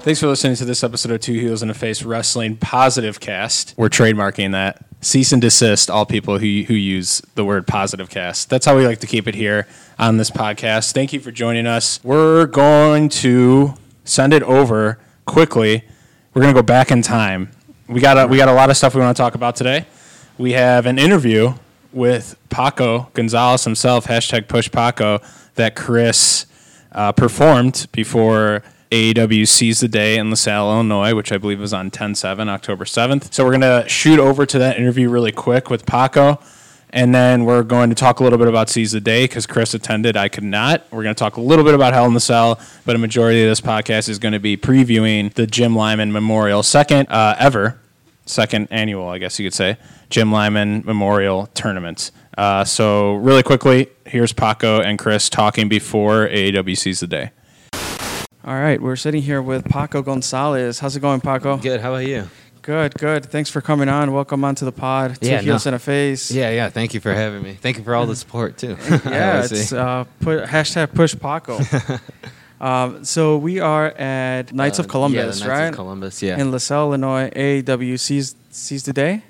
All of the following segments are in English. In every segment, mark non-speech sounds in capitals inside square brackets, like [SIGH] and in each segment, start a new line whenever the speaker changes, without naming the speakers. Thanks for listening to this episode of Two Heels and a Face Wrestling Positive Cast. We're trademarking that. Cease and desist all people who, who use the word positive cast. That's how we like to keep it here on this podcast. Thank you for joining us. We're going to send it over quickly. We're going to go back in time. We got a, we got a lot of stuff we want to talk about today. We have an interview with Paco Gonzalez himself, hashtag push Paco, that Chris uh, performed before AEW sees the day in LaSalle, Illinois, which I believe was on 10 7, October 7th. So we're going to shoot over to that interview really quick with Paco. And then we're going to talk a little bit about Seize the Day because Chris attended. I could not. We're going to talk a little bit about Hell in the Cell, but a majority of this podcast is going to be previewing the Jim Lyman Memorial, second uh, ever, second annual, I guess you could say, Jim Lyman Memorial Tournament. Uh, so, really quickly, here's Paco and Chris talking before AEW Seize the Day.
All right, we're sitting here with Paco Gonzalez. How's it going, Paco?
Good. How about you?
Good, good. Thanks for coming on. Welcome onto the pod. Two
Yeah,
heels
no.
and a face.
Yeah, yeah. Thank you for having me. Thank you for all the support too. [LAUGHS]
yeah. It's uh, pu- hashtag push Paco. um, so we are at Knights of Columbus,
Uh, yeah, the Knights
right?
Of Columbus. Yeah.
In LaSalle, Illinois, AEW sees sees the day.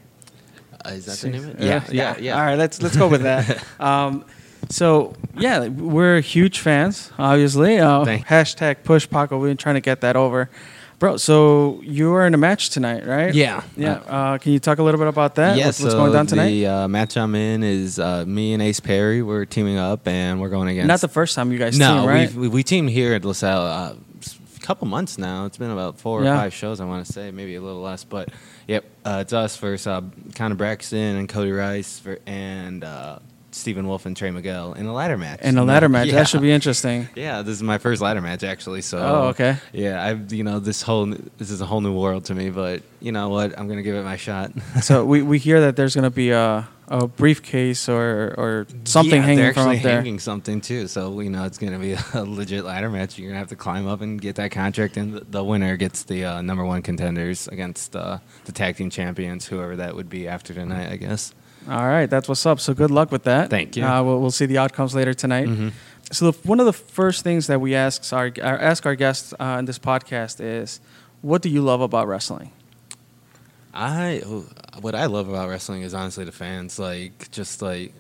Uh, is that the name? Of it?
Uh, All right, let's let's go with
[LAUGHS]
that. um, so yeah, we're huge fans, obviously. Uh,
Thank-
hashtag push Paco. We've been trying to get that over, bro. So you were in a match tonight, right?
Yeah.
Yeah. Uh, can you talk a little bit about that?
Yeah,
What's, what's
so
going down tonight?
The uh, match I'm in is uh, me and Ace Perry. We're teaming up and we're going against.
Not the first time you guys
no,
team, right?
we've- we we teamed here at LaSalle uh, s- a couple months now. It's been about four
Yeah.
or five shows, I want to say, maybe a little less. But yep, uh, it's us versus uh, Connor Braxton and Cody Rice ver and uh, Stephen Wolf and Trey Miguel in a ladder match.
In a ladder match,
[LAUGHS] Yeah.
that should be interesting.
Yeah, this is my first ladder match actually. So.
Oh, okay.
Yeah, I've you know this whole n- this is a whole new world to me, but you know what? I'm gonna give it my shot.
So we, we hear that there's gonna be a, a briefcase or or [LAUGHS] something
[LAUGHS] Yeah,
hanging
they're
from
actually
up there.
hanging something too. So you know it's gonna be [LAUGHS] a legit ladder match. You're gonna have to climb up and get that contract, and the, the winner gets the uh, number one contenders against uh, the tag team champions, whoever that would be after tonight, I guess.
All right, that's what's up. So good luck with that.
Thank you. Mm-hmm.
Uh, we'll, we'll see the outcomes later tonight. So the, one of the first things that we ask our, our ask our guests uh, on this podcast is, what do you love about wrestling?
I ooh, what I love about wrestling is honestly the fans, like just like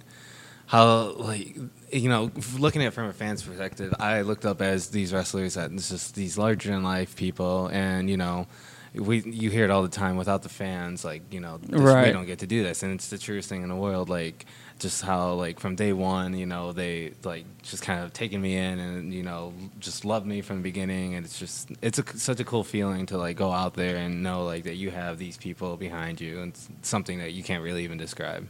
how like you know f- looking at it from a fan's perspective. I looked up as these wrestlers that it's just these larger than life people, and you know. We you hear it all the time. Without the fans, like you know, this,
Right.
we don't get to do this, and it's the truest thing in the world. Like just how like from day one, you know, they like just kind of taking me in, and you know, just loved me from the beginning, and it's just it's a, such a cool feeling to like go out there and know like that you have these people behind you, and it's something that you can't really even describe.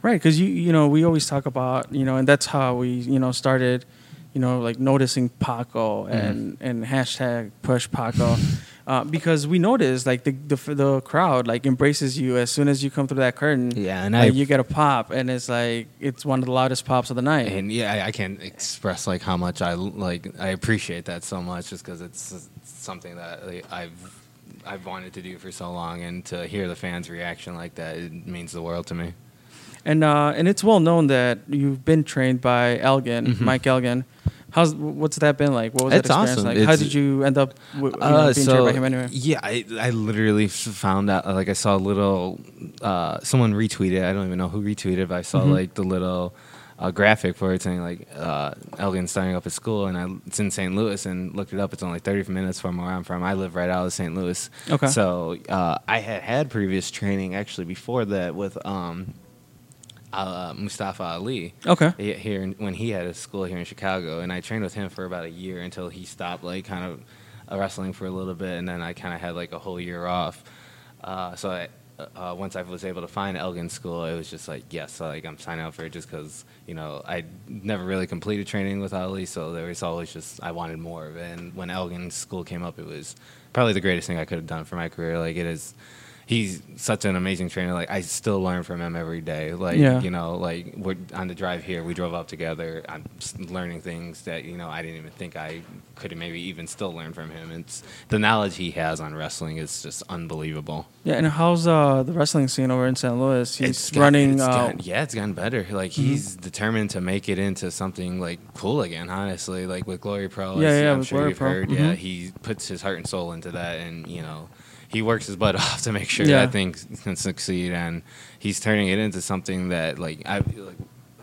Right, because you you know we always talk about you know, and that's how we you know started, you know, like noticing Paco
Mm-hmm.
and and hashtag push
[LAUGHS]
Paco, uh, because we noticed like the, the the crowd like embraces you as soon as you come through that curtain.
Yeah, and
like,
I-
you get a pop, and it's like it's one of the loudest pops of the night.
and yeah, I, I can't express like how much I like I appreciate that so much, just because it's something that like, I've I've wanted to do for so long, and to hear the fans' reaction like that, it means the world to me.
And uh, and it's well known that you've been trained by Elgin, Mike Elgin. How's what's that been like? What was
Mm-hmm. It's
that experience
awesome.
like? How
It's-
did you end up w- you know,
Uh,
being
so,
trained by him anyway?
Yeah, I, I literally f- found out. Like, I saw a little. Uh, someone retweeted. I don't even know who retweeted, but I saw
Mm-hmm.
like the little uh, graphic for it saying like uh, Elgin starting up at school, and I, it's in St. Louis, and looked it up. It's only thirty minutes from where I'm from. I live right out of St. Louis.
Okay.
So uh, I had had previous training actually before that with um, uh, Mustafa Ali.
Okay.
Yeah, here in- when he had a school here in Chicago, and I trained with him for about a year until he stopped like kind of uh, wrestling for a little bit, and then I kind of had like a whole year off. Uh, so I, uh, uh, once I was able to find Elgin School, it was just like yes, like I'm signing up for it just because you know I never really completed training with Ali, so there was always just I wanted more of it. And when Elgin School came up, it was probably the greatest thing I could have done for my career. Like it is he's such an amazing trainer. Like I still learn from him every day. Like
Yeah.
you know, like we're on the drive here. We drove up together. I'm s- learning things that you know I didn't even think I could maybe even still learn from him. It's the knowledge he has on wrestling is just unbelievable.
Yeah, and how's uh, the wrestling scene over in St. Louis? He's
It's got-
running.
it's
uh, mm-hmm.
gotten- yeah, it's gotten better. Like he's determined to make it into something like cool again. Honestly, like with Glory Pro,
Yeah,
as
yeah,
I'm
with
sure
Glory
you've
Pro.
heard. Yeah,
Mhm.
he puts his heart and soul into that, and you know, he works his butt [LAUGHS] off to make sure
Yeah.
that thing can succeed. And he's turning it into something that, like, I like,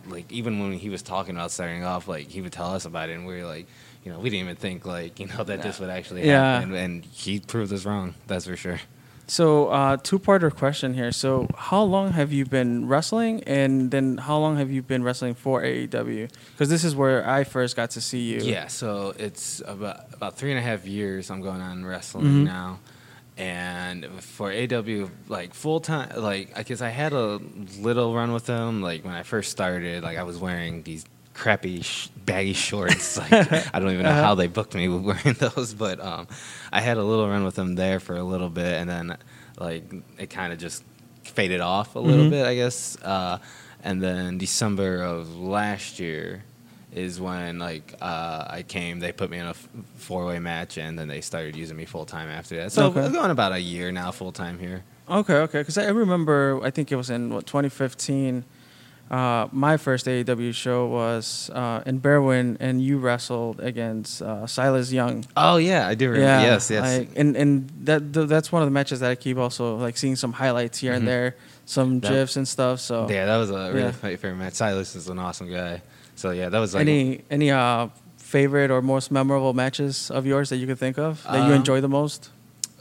like even when he was talking about starting off, like he would tell us about it, and we were like. You know, we didn't even think like you know that this would actually
Yeah.
happen, and he proved us wrong. That's for sure.
So, uh, two-parter question here. So, how long have you been wrestling, and then how long have you been wrestling for AEW? Because this is where I first got to see you.
Yeah, so it's about about three and a half years I'm going on wrestling now, and for AW like full time like I guess I had a little run with them like when I first started like I was wearing these crappy sh- baggy shorts [LAUGHS] like I don't even know how they booked me with wearing [LAUGHS] those but um I had a little run with them there for a little bit and then like it kind of just faded off a little
Mhm.
bit I guess uh, and then December of last year is when like uh, I came. They put me in a four way match, and then they started using me full time after that. So
Okay.
we're going about a year now, full time here.
Okay, okay. Because I remember, I think it was in what 2015. Uh, my first AEW show was uh, in Berwyn, and you wrestled against uh, Silas Young.
Oh yeah, I do remember. yes, yes.
Like, and and that th- that's one of the matches that I keep also like seeing some highlights here and
Mhm.
there, some
That-
gifs and stuff. So
yeah, that was a really
oh. Yeah.
fa- favorite match. Silas is an awesome guy. So yeah, that was like
any any uh favorite or most memorable matches of yours that you could think of that you
Um,
enjoy the most?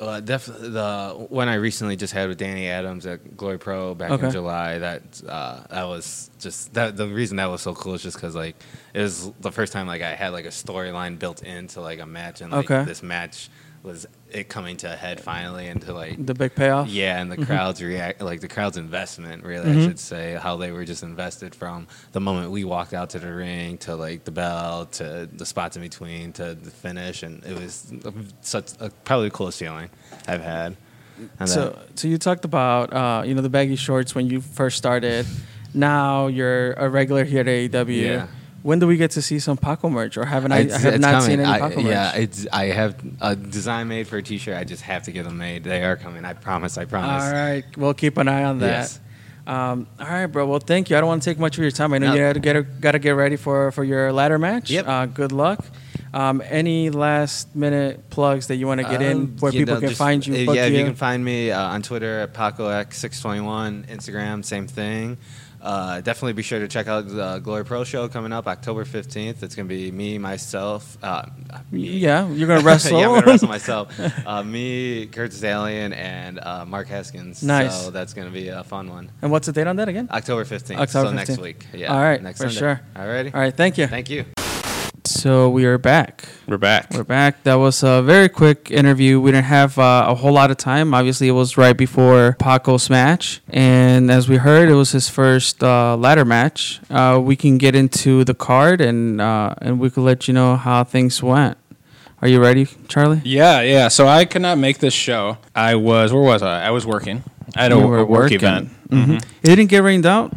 Uh, def- the one I recently just had with Danny Adams at Glory Pro back
Okay.
in July. That uh, that was just that. The reason that was so cool is just because like it was the first time like I had like a storyline built into like a match, and like
Okay.
this match was it coming to a head finally, and to like
The big payoff.
yeah, and the crowd's react like the crowd's investment really I
Mhm.
should say how they were just invested from the moment we walked out to the ring to like the bell to the spots in between to the finish and it was such a, probably the coolest feeling I've had. And
So so you talked about uh, you know the baggy shorts when you first started. now you're a regular here at AEW.
Yeah.
When do we get to see some Paco merch or haven't I,
that-
I have not seen any
I-
Paco merch?
yeah, it's I have a design made for a T-shirt. I just have to get them made. They are coming. I promise. I promise.
All right, we'll keep an eye on that.
Yes.
Um, all right, bro. Well, thank you. I don't want to take much of your time. I know
No.
you gotta get, gotta get ready for, for your ladder match.
Yep.
Uh, good luck. Um, any last minute plugs that you want to get in
Um,
where
you
people
know,
can
just-
find you?
uh,
book
yeah, you can find me uh, on Twitter at PacoX621, Instagram, same thing. Uh, definitely be sure to check out the Glory Pro Show coming up October 15th. It's going to be me, myself. Uh, [LAUGHS] me.
yeah, you're gonna wrestle.
[LAUGHS] yeah, I'm going to wrestle myself. Uh, me, Curtis Alien, and uh, Mark Haskins.
Nice.
So that's going to be a fun one.
[LAUGHS] and what's the date on that
[LAUGHS]
again?
October 15th.
October
so next
15th.
week. Yeah.
All right,
Next
for
Sunday.
sure.
All righty.
All right, thank you.
Thank you.
so we are back.
We're back.
We're back. That was a very quick interview. We didn't have uh, a whole lot of time. Obviously, it was right before Paco's match. And as we heard, it was his first uh, ladder match. Uh, we can get into the card and, uh, and we could let you know how things went. Are you ready, Charlie?
Yeah, yeah. So I could not make this show. I was where was I? I was working. I had a,
You
a
were
work
working. Mm-hmm.
event. Mm-hmm.
It didn't get rained out?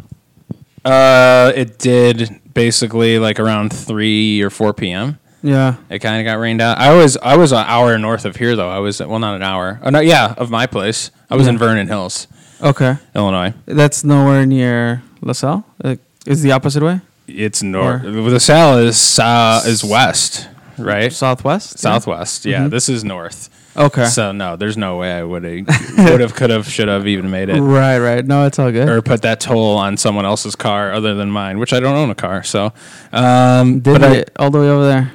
Uh, it did basically like around three or four p.m.
Yeah.
It kind of got rained out. I was I was an hour north of here though. I was well not an hour. Oh no, yeah, of my place. I was in
Yeah.
Vernon Hills,
Okay.
Illinois.
That's nowhere near LaSalle. Uh, is the opposite way?
It's north. The Salle is uh, is west, right?
Southwest?
Southwest. Yeah, this is north.
Mm-hmm. Yeah. Okay.
So no, there's no way I would
[LAUGHS]
would have could have should have even made it
right, right. No, it's all good.
or put that toll on someone else's car other than mine, which I don't own a car. So um,
Divvy
but I-
it all the way over there.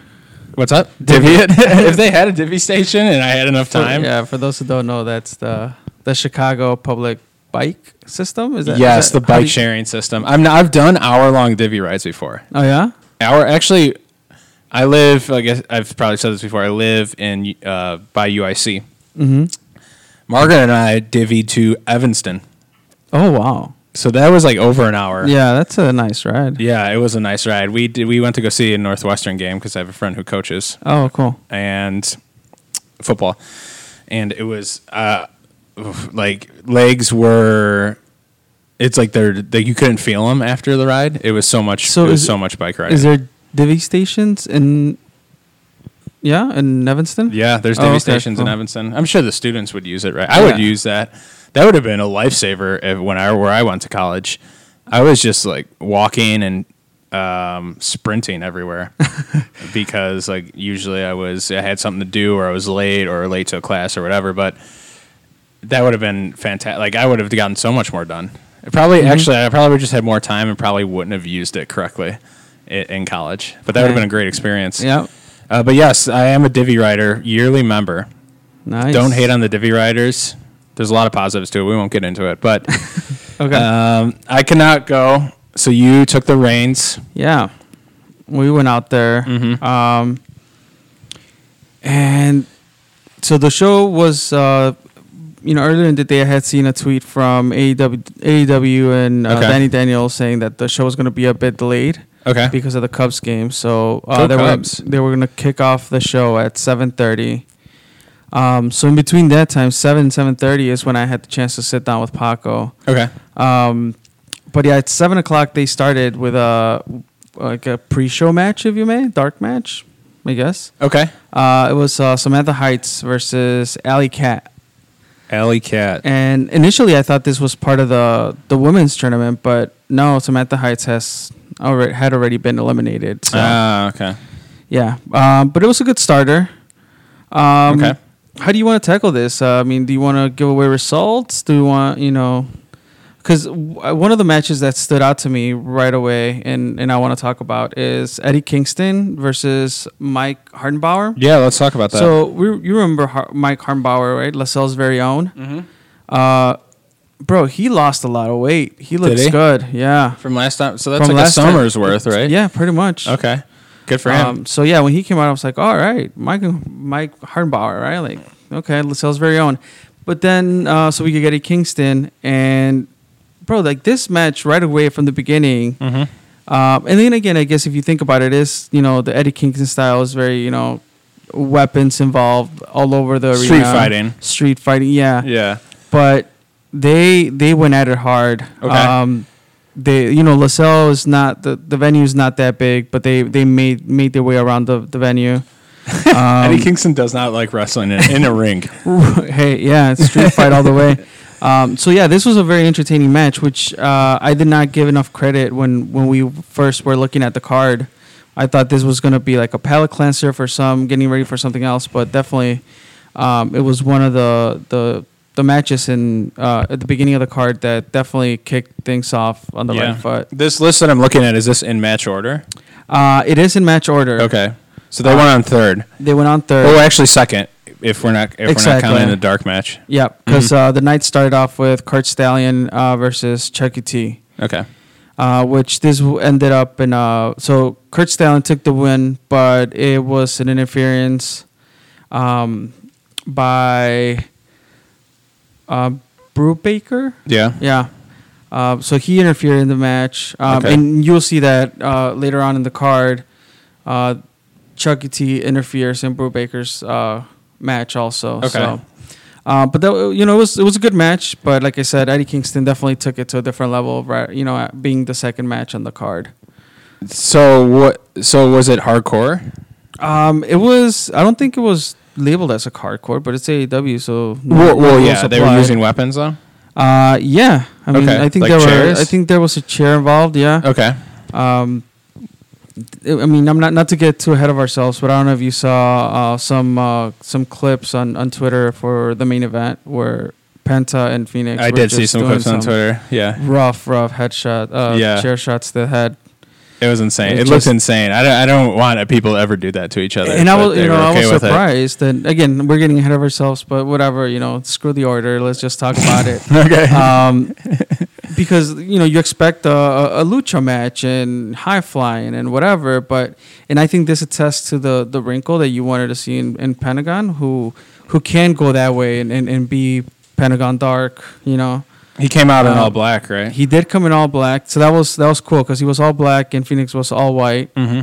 what's up? Divvy it. [LAUGHS] if they had a divvy station and I had enough
For-
time.
yeah, for those who don't know, that's the the Chicago public bike system. Is that is
Yes,
that-
the
how
bike
do you-
sharing system. I'm not, I've done hour long divvy rides before.
Oh yeah,
Hour actually, I live. I guess I've probably said this before. I live in uh, by UIC. Mm-hmm. Margaret and I divvied to Evanston,
oh wow,
so that was like over an hour.
yeah, that's a nice ride.
Yeah, it was a nice ride. We did, we went to go see a Northwestern game because I have a friend who coaches
Oh cool.
and football, and it was uh, oof, like legs were. It's like they're they, you couldn't feel them after the ride. It was so much.
So
it was
is-
so much bike riding.
Is there divvy stations in? Yeah, in Evanston.
yeah, there's
Oh,
divvy
okay,
stations in
cool.
Evanston. I'm sure the students would use it, right? I would
Yeah.
use that. That would have been a lifesaver if, when I where I went to college. I was just like walking and um, sprinting
[LAUGHS]
everywhere because like usually I was I had something to do or I was late or late to a class or whatever. But that would have been fantastic. Like I would have gotten so much more done. It probably
Mm-hmm.
actually I probably just had more time and probably wouldn't have used it correctly i- in college. But that would have
Okay.
been a great experience.
Yeah.
Uh, but yes, I am a Divi Rider yearly member.
Nice.
Don't hate on the Divi Riders. There's a lot of positives to it. We won't get into it, but [LAUGHS]
Okay.
um, I cannot go. So you took the reins.
Yeah, we went out there,
Mm-hmm.
um, and so the show was. Uh, you know, earlier in the day, I had seen a E tweet from AEW, AEW and uh,
Okay.
Danny Daniels saying that the show was going to be a bit delayed
Okay.
because of the Cubs game. So
Go
uh, they
Cubs.
were they were going to kick off the show at seven thirty. Um, so in between that time, seven seven thirty is when I had the chance to sit down with Paco.
Okay.
Um, but yeah, at seven o'clock they started with a like a pre-show match, if you may, dark match, I guess.
Okay.
Uh, it was uh, Samantha Heights versus Alley Cat,
Alley Cat.
and initially I thought this was part of the the women's tournament, but no, Samantha Heights has already had already been eliminated. So
Ah, okay.
yeah, um, but it was a good starter. Um,
Okay.
How do you want to tackle this? Uh, I mean, do you want to give away results? Do you want you know? Because w- uh, one of the matches that stood out to me right away, and and I want to talk about is Eddie Kingston versus Mike Hardenbauer.
Yeah, let's talk about that.
So we, you remember Har- Mike Hardenbauer, right? Lascelles' very own. Mm-hmm. Uh, bro, he lost a lot of weight. He looks
he?
good. Yeah.
from last time, so that's
From
like a
last time-
summer's worth, right?
Yeah, pretty much.
Okay. Good for him.
Um, so yeah, when he came out, I was like, all right, Mike Mike Hardenbauer, right? Like, okay, Lascelles' very own. But then, uh, so we could get a Kingston and bro, like this match right away from the beginning.
Mm-hmm.
Um, and then again, I guess if you think about it, is you know the Eddie Kingston style is very you know weapons involved all over the
Street
arena.
fighting.
street fighting, yeah.
Yeah.
But they they went at it hard.
Okay.
Um, they you know LaSalle is not the the venue is not that big, but they they made made their way around the the venue.
Eddie Kingston does not like wrestling in, in a [LAUGHS] ring.
[LAUGHS] hey, yeah, it's street fight all the way. Um, so yeah, this was a very entertaining match, which uh, I did not give enough credit when when we first were looking at the card. I thought this was going to be like a palate cleanser for some, getting ready for something else, but definitely um, it was one of the the the matches in uh, at the beginning of the card that definitely kicked things off on the right foot.
This list that I'm looking at is this in match order?
Uh, it is in match order.
Okay. So they went on third.
They went on third.
Oh, actually second. If we're not if we're not
Exactly.
counting the dark match.
Yeah, because
Mm-hmm.
uh, the night started off with Kurt Stallion uh, versus Chucky T.
Okay.
uh, which this w- ended up in. Uh, so Kurt Stallion took the win, but it was an interference um, by uh, Brubaker.
Yeah.
Yeah. Uh, so he interfered in the match, um,
Okay.
and you'll see that uh, later on in the card. Uh, Chucky T interferes in Brubaker's uh, match also.
Okay.
So. Uh, but that, you know it was it was a good match, but like I said, Eddie Kingston definitely took it to a different level. Right, you know, being the second match on the card.
So what so was it hardcore?
Um, it was I don't think it was labeled as a hardcore, but it's AEW, so no-
Well, well
no rules
yeah, they were
apply.
using weapons though.
Uh, yeah, I mean,
Okay,
I think
like
there
chairs?
were I think there was a chair involved. Yeah.
Okay.
Um, I I mean, I'm not not to get too ahead of ourselves, but I don't know if you saw uh, some uh, some clips on, on Twitter for the main event where Penta and Phoenix.
I
were
did see
just
some
doing
clips on
some
Twitter. Yeah.
Rough, rough headshot, uh,
Yeah.
chair shots to the head.
It was insane. It,
It
looked
just-
insane. I don't, I don't want people to ever do that to each other.
and I
but
was,
they
you know,
were
I was
okay with it.
surprised. And again, we're getting ahead of ourselves, but whatever, you know, screw the order. Let's just talk about it.
[LAUGHS] Okay. [LAUGHS]
um, because you know you expect a, a, a lucha match and high flying and whatever, but and I think this attests to the the wrinkle that you wanted to see in, in Pentagon, who who can go that way and, and, and be Pentagon dark, you know.
he came out in
um,
all black, right?
He did come in all black, so that was that was cool because he was all black and Phoenix was all white,
Mm-hmm.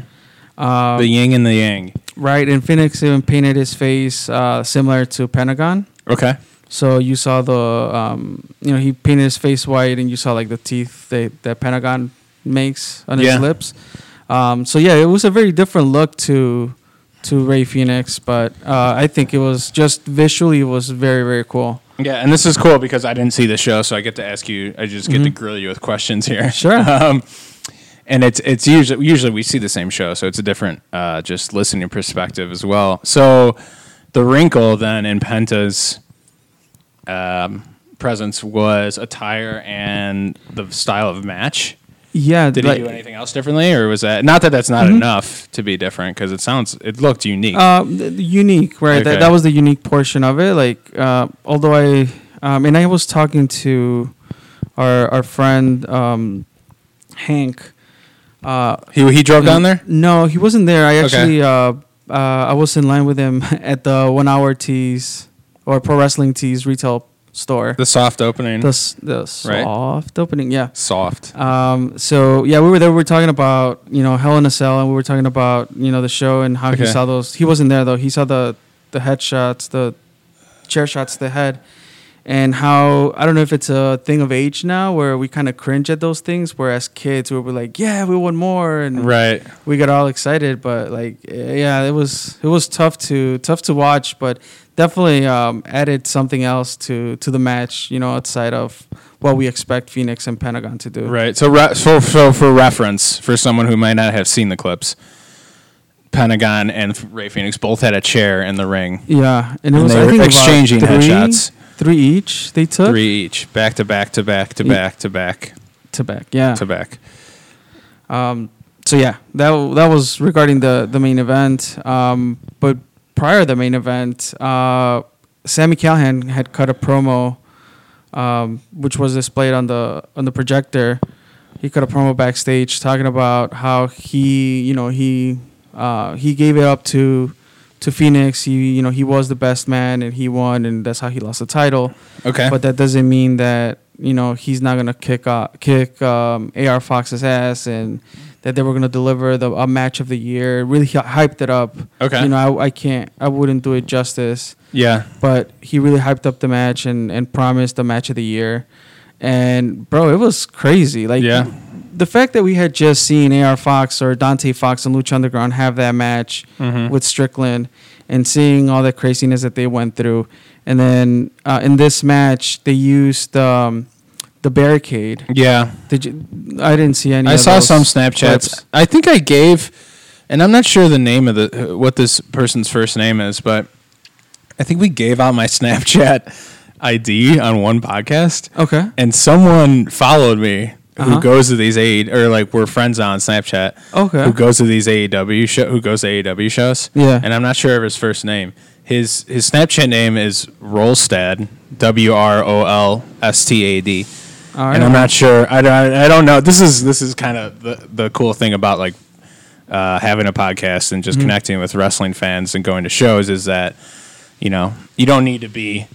uh,
the yin and the yang.
right? And Phoenix even painted his face uh, similar to Pentagon.
Okay.
So you saw the um, you know he painted his face white, and you saw like the teeth they, that Pentagon makes on
Yeah.
his lips. Um, so yeah, it was a very different look to to Ray Phoenix, but uh, I think it was just visually it was very very cool.
Yeah, and this is cool because I didn't see the show, so I get to ask you. I just get to grill you with questions here.
Mm-hmm. Sure.
[LAUGHS] Um, and it's it's usually usually we see the same show, so it's a different uh, just listening perspective as well. So the wrinkle then in Penta's um, presence was attire and the style of match.
Yeah,
Did
like- Mm-hmm.
he do anything else differently, or was that not that that's not enough to be different because it sounds it looked unique.
Um, th- unique, right?
Okay.
That, that was the unique portion of it. Like, uh, although I, um, and I was talking to our our friend um, Hank. Uh,
he he drove down there.
No, he wasn't there. I
Okay.
actually, uh, uh, I was in line with him [LAUGHS] at the One Hour Tees or Pro Wrestling Tees retail store.
The soft opening,
The, s- the
Right.
soft opening, yeah.
soft.
Um, so yeah, we were there. We were talking about you know Hell in a Cell, and we were talking about you know the show and how
Okay.
he saw those. He wasn't there though. He saw the the headshots, the chair shots, to the head, and how I don't know if it's a thing of age now where we kind of cringe at those things. Whereas kids, we were like, yeah, we want more, and
Right.
we got all excited. But like, eh, yeah, it was it was tough to tough to watch, but definitely um, added something else to to the match. You know, outside of what we expect Phoenix and Pentagon to do.
Right. So, re- so, so for reference, for someone who might not have seen the clips, Pentagon and Ray Phoenix both had a chair in the ring,
Yeah, and it
And
was
they
I
were
think about
exchanging
three,
headshots.
Three each they took
three each, back to back to back to
Yeah.
back to back
to back. Yeah.
to back.
Um. So yeah, that w- that was regarding the the main event. Um. But prior to the main event, uh, Sammy Callahan had cut a promo, um, which was displayed on the on the projector. He cut a promo backstage talking about how he, you know, he uh, he gave it up to to Phoenix. He, you know, he was the best man and he won, and that's how he lost the title.
Okay.
But that doesn't mean that you know he's not gonna kick uh, kick um, Ar Fox's ass, and that they were gonna deliver the a match of the year. It Really hy- hyped it up.
Okay.
You know, I, I can't, I wouldn't do it justice.
yeah.
But he really hyped up the match and and promised the match of the year. And bro, it was crazy. Like
Yeah.
the fact that we had just seen AR Fox or Dante Fox and Lucha Underground have that match
Mm-hmm.
with Strickland and seeing all the craziness that they went through. And then uh, in this match, they used um, the barricade.
Yeah.
Did you, I didn't see any.
I
of
saw
those
some Snapchats.
clips.
I think I gave, and I'm not sure the name of the what this person's first name is, but I think we gave out my [LAUGHS] Snapchat ID on one podcast.
Okay.
and someone followed me who
Uh-huh.
goes to these A E or like we're friends on Snapchat.
Okay.
Who goes to these AEW show? Who goes to AEW shows?
Yeah.
And I'm not sure of his first name. His his Snapchat name is Rolstad. W R O L S T A D.
All right.
And I'm not sure. I don't. I don't know. This is this is kind of the the cool thing about like uh, having a podcast and
Mm-hmm.
just connecting with wrestling fans and going to shows is that you know you don't need to be.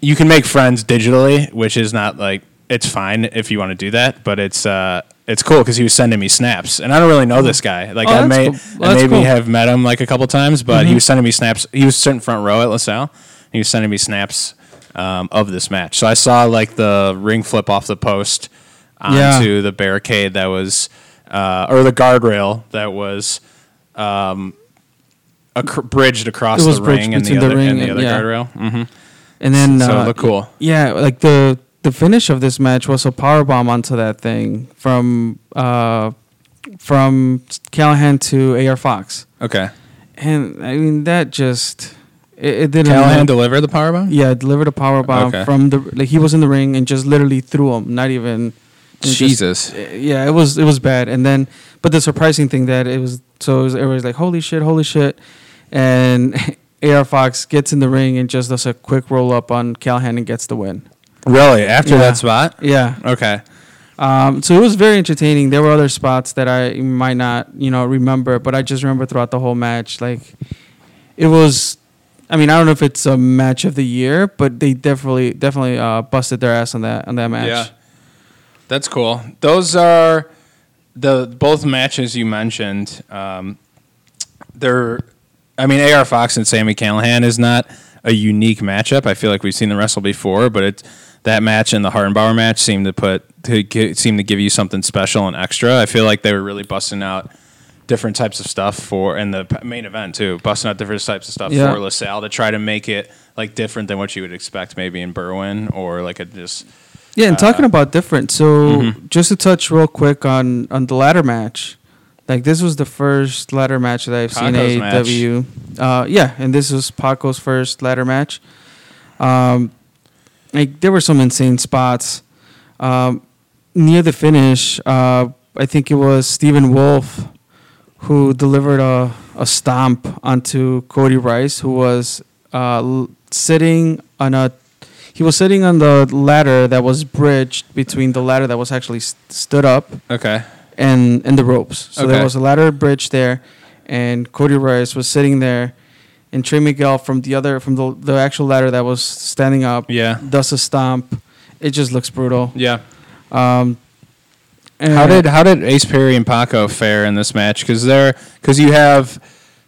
You can make friends digitally, which is not like it's fine if you want to do that, but it's uh it's cool because he was sending me snaps, and I don't really know this guy. Like
Oh,
I
that's
may
cool. Well,
I
that's
maybe
cool. Mm-hmm.
have met him like a couple times, but he was sending me snaps. He was sitting front row at LaSalle. And he was sending me snaps um, of this match. So I saw like the ring flip off the post
Yeah.
onto the barricade that was, uh, or the guardrail that was um, ac- bridged across
It was
the
bridged
ring and the,
between the
other,
ring
and the
and-
other
yeah.
guardrail. hmm
And then
So it
uh,
looked cool.
Yeah, like the the finish of this match was a power bomb onto that thing from uh, from Callahan to Ar Fox,
Okay.
and I mean that just it, it didn't.
Callahan delivered the powerbomb?
yeah, delivered a power bomb
Okay.
from the like he was in the ring and just literally threw him, not even. and just-
Jesus.
yeah, it was it was bad. And then, but the surprising thing that it was so it was, everybody's like, "Holy shit, holy shit!" And [LAUGHS] Ar Fox gets in the ring and just does a quick roll up on Callahan and gets the win.
Really? After
Yeah.
that spot?
Yeah.
Okay.
Um, so it was very entertaining. There were other spots that I might not, you know, remember, but I just remember throughout the whole match, like it was. I mean, I don't know if it's a match of the year, but they definitely, definitely uh, busted their ass on that on that match.
Yeah. That's cool. Those are the both matches you mentioned. Um, they're, I mean, AR Fox and Sammy Callahan is not a unique matchup. I feel like we've seen them wrestle before, but it's that match and the Hardenbauer match seemed to put to gi- seemed to give you something special and extra. I feel like they were really busting out different types of stuff for and the p- main event too, busting out different types of stuff
Yeah.
for LaSalle to try to make it like different than what you would expect maybe in Berwyn or like a just
Yeah, and
Uh,
talking about different. So
mm-hmm.
just to touch real quick on on the ladder match, like this was the first ladder match that I've
Paco's
seen
match.
AEW. Uh, yeah, and this was Paco's first ladder match. Um, like there were some insane spots. Um, near the finish, uh, I think it was Stephen Wolf who delivered a, a stomp onto Cody Rice, who was uh, l- sitting on a he was sitting on the ladder that was bridged between the ladder that was actually st- stood up
okay.
and and the ropes. So
Okay.
there was a ladder bridge there, and Cody Rice was sitting there, and Trey Miguel from the other from the the actual ladder that was standing up.
Yeah.
does a stomp. It just looks brutal.
Yeah.
Um, and
How did how did Ace Perry and Paco fare in this match? Because they're because you have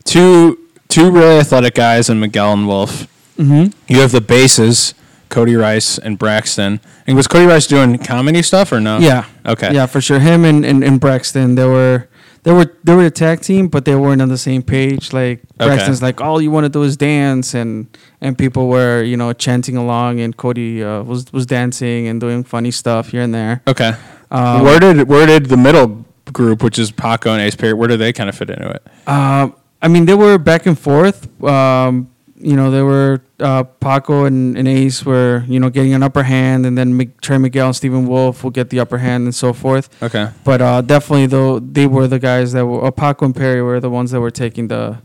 two two really athletic guys in Miguel and Wolf.
Mhm.
You have the bases, Cody Rice and Braxton. And was Cody Rice doing comedy stuff or no?
Yeah.
Okay.
Yeah, for sure. Him and, and, and Braxton, they were they were they were a tag team, but they weren't on the same page. Like
Okay.
Braxton's like, all you want to do is dance, and and people were you know chanting along, and Cody uh, was was dancing and doing funny stuff here and there.
Okay.
Um,
where did where did the middle group, which is Paco and Ace Perry, where do they kind of fit into it?
Uh, I mean, they were back and forth. Um, you know, they were uh, Paco and, and Ace were you know getting an upper hand, and then Mc, Trey Miguel and Stephen Wolf will get the upper hand and so forth.
Okay.
But uh, definitely, though, they were the guys that were. Uh, Paco and Perry were the ones that were taking the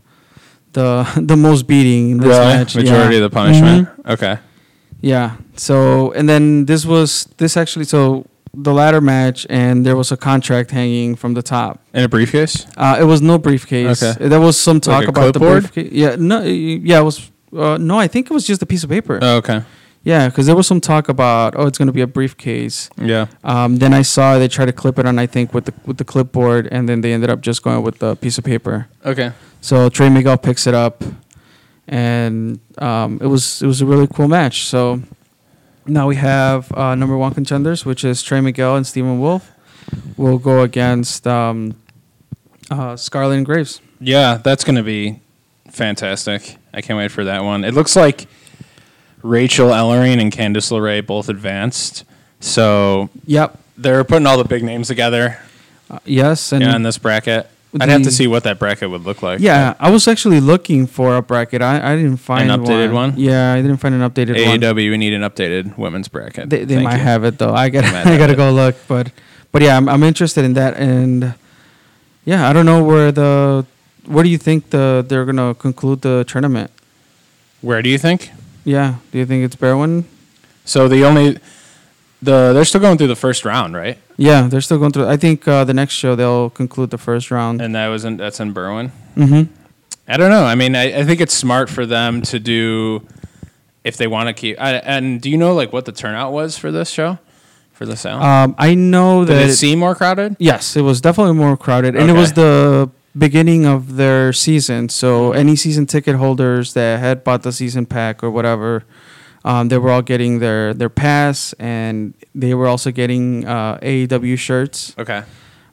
the [LAUGHS] the most beating in this match.
Majority
yeah.
of the punishment.
Mhm.
Okay.
Yeah. So and then this was this actually so the latter match, and there was a contract hanging from the top.
In a briefcase?
Uh, it was no briefcase.
Okay.
There was some talk
Like a
about
clipboard?
the briefcase. Yeah. No. Yeah. It was. Uh, no, I think it was just a piece of paper.
Oh, okay.
yeah, because there was some talk about oh, it's going to be a briefcase.
Yeah.
Um, then I saw they tried to clip it on, I think, with the with the clipboard, and then they ended up just going with the piece of paper.
Okay.
So Trey Miguel picks it up, and um, it was it was a really cool match. So now we have uh, number one contenders, which is Trey Miguel and Stephen Wolf, will go against um, uh, Scarlett and Graves.
Yeah, that's going to be fantastic. I can't wait for that one. It looks like Rachel Ellering and Candice LeRae both advanced. So
Yep.
they're putting all the big names together
Uh, yes, and
yeah, in this bracket. I'd have to
The-
see what that bracket would look like.
yeah, I was actually looking for a bracket. I, I didn't find
updated one? E
Yeah, I didn't find an updated one.
AEW, we need an updated women's bracket.
They, they
Thank
might
you.
have it though. I got
might
[LAUGHS] I
have
got to
it.
go look, but but yeah, I'm I'm interested in that and yeah, I don't know where the where do you think the they're going to conclude the tournament?
Where do you think?
Yeah, do you think it's Berwyn?
So the only the they're still going through the first round, right?
Yeah, they're still going through. I think uh, the next show they'll conclude the first round.
And that was in that's in Berwyn.
Mhm.
I don't know. I mean, I, I think it's smart for them to do if they want to keep. I, and do you know like what the turnout was for this show, for the sound?
Um I know
Did
that
it seem more crowded?
Yes, it was definitely more crowded, and
Okay.
it
Mm-hmm.
was the beginning of their season. So any season ticket holders that had bought the season pack or whatever, um, they were all getting their their pass, and they were also getting uh, AEW shirts.
Okay.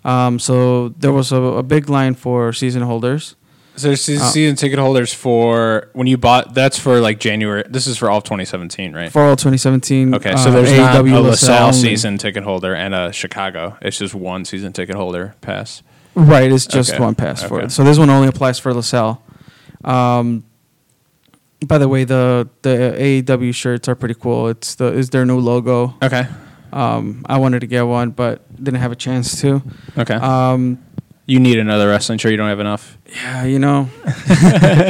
Um, so there was a, a big line for season holders.
So there's se- season ticket holders for when you bought. That's for like January. This is for all of 2017, right?
For all 2017.
Okay,
uh,
so there's not a
LaSalle
LaSalle,
only.
season ticket holder and a Chicago. It's just one season ticket holder pass.
Right, it's just
Okay,
one pass for
okay.
it. So this one only applies for LaSalle. Um, by the way, the the AEW shirts are pretty cool. It's the is their new logo.
Okay.
Um, I wanted to get one, but didn't have a chance to.
Okay.
Um,
you need another wrestling shirt. You don't have enough.
yeah, you know. [LAUGHS]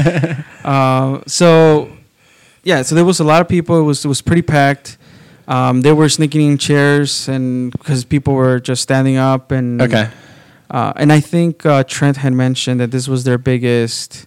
uh, so, yeah, so there was a lot of people. It was it was pretty packed. Um, they were sneaking in chairs, and because people were just standing up and
Okay.
Uh, and I think uh, Trent had mentioned that this was their biggest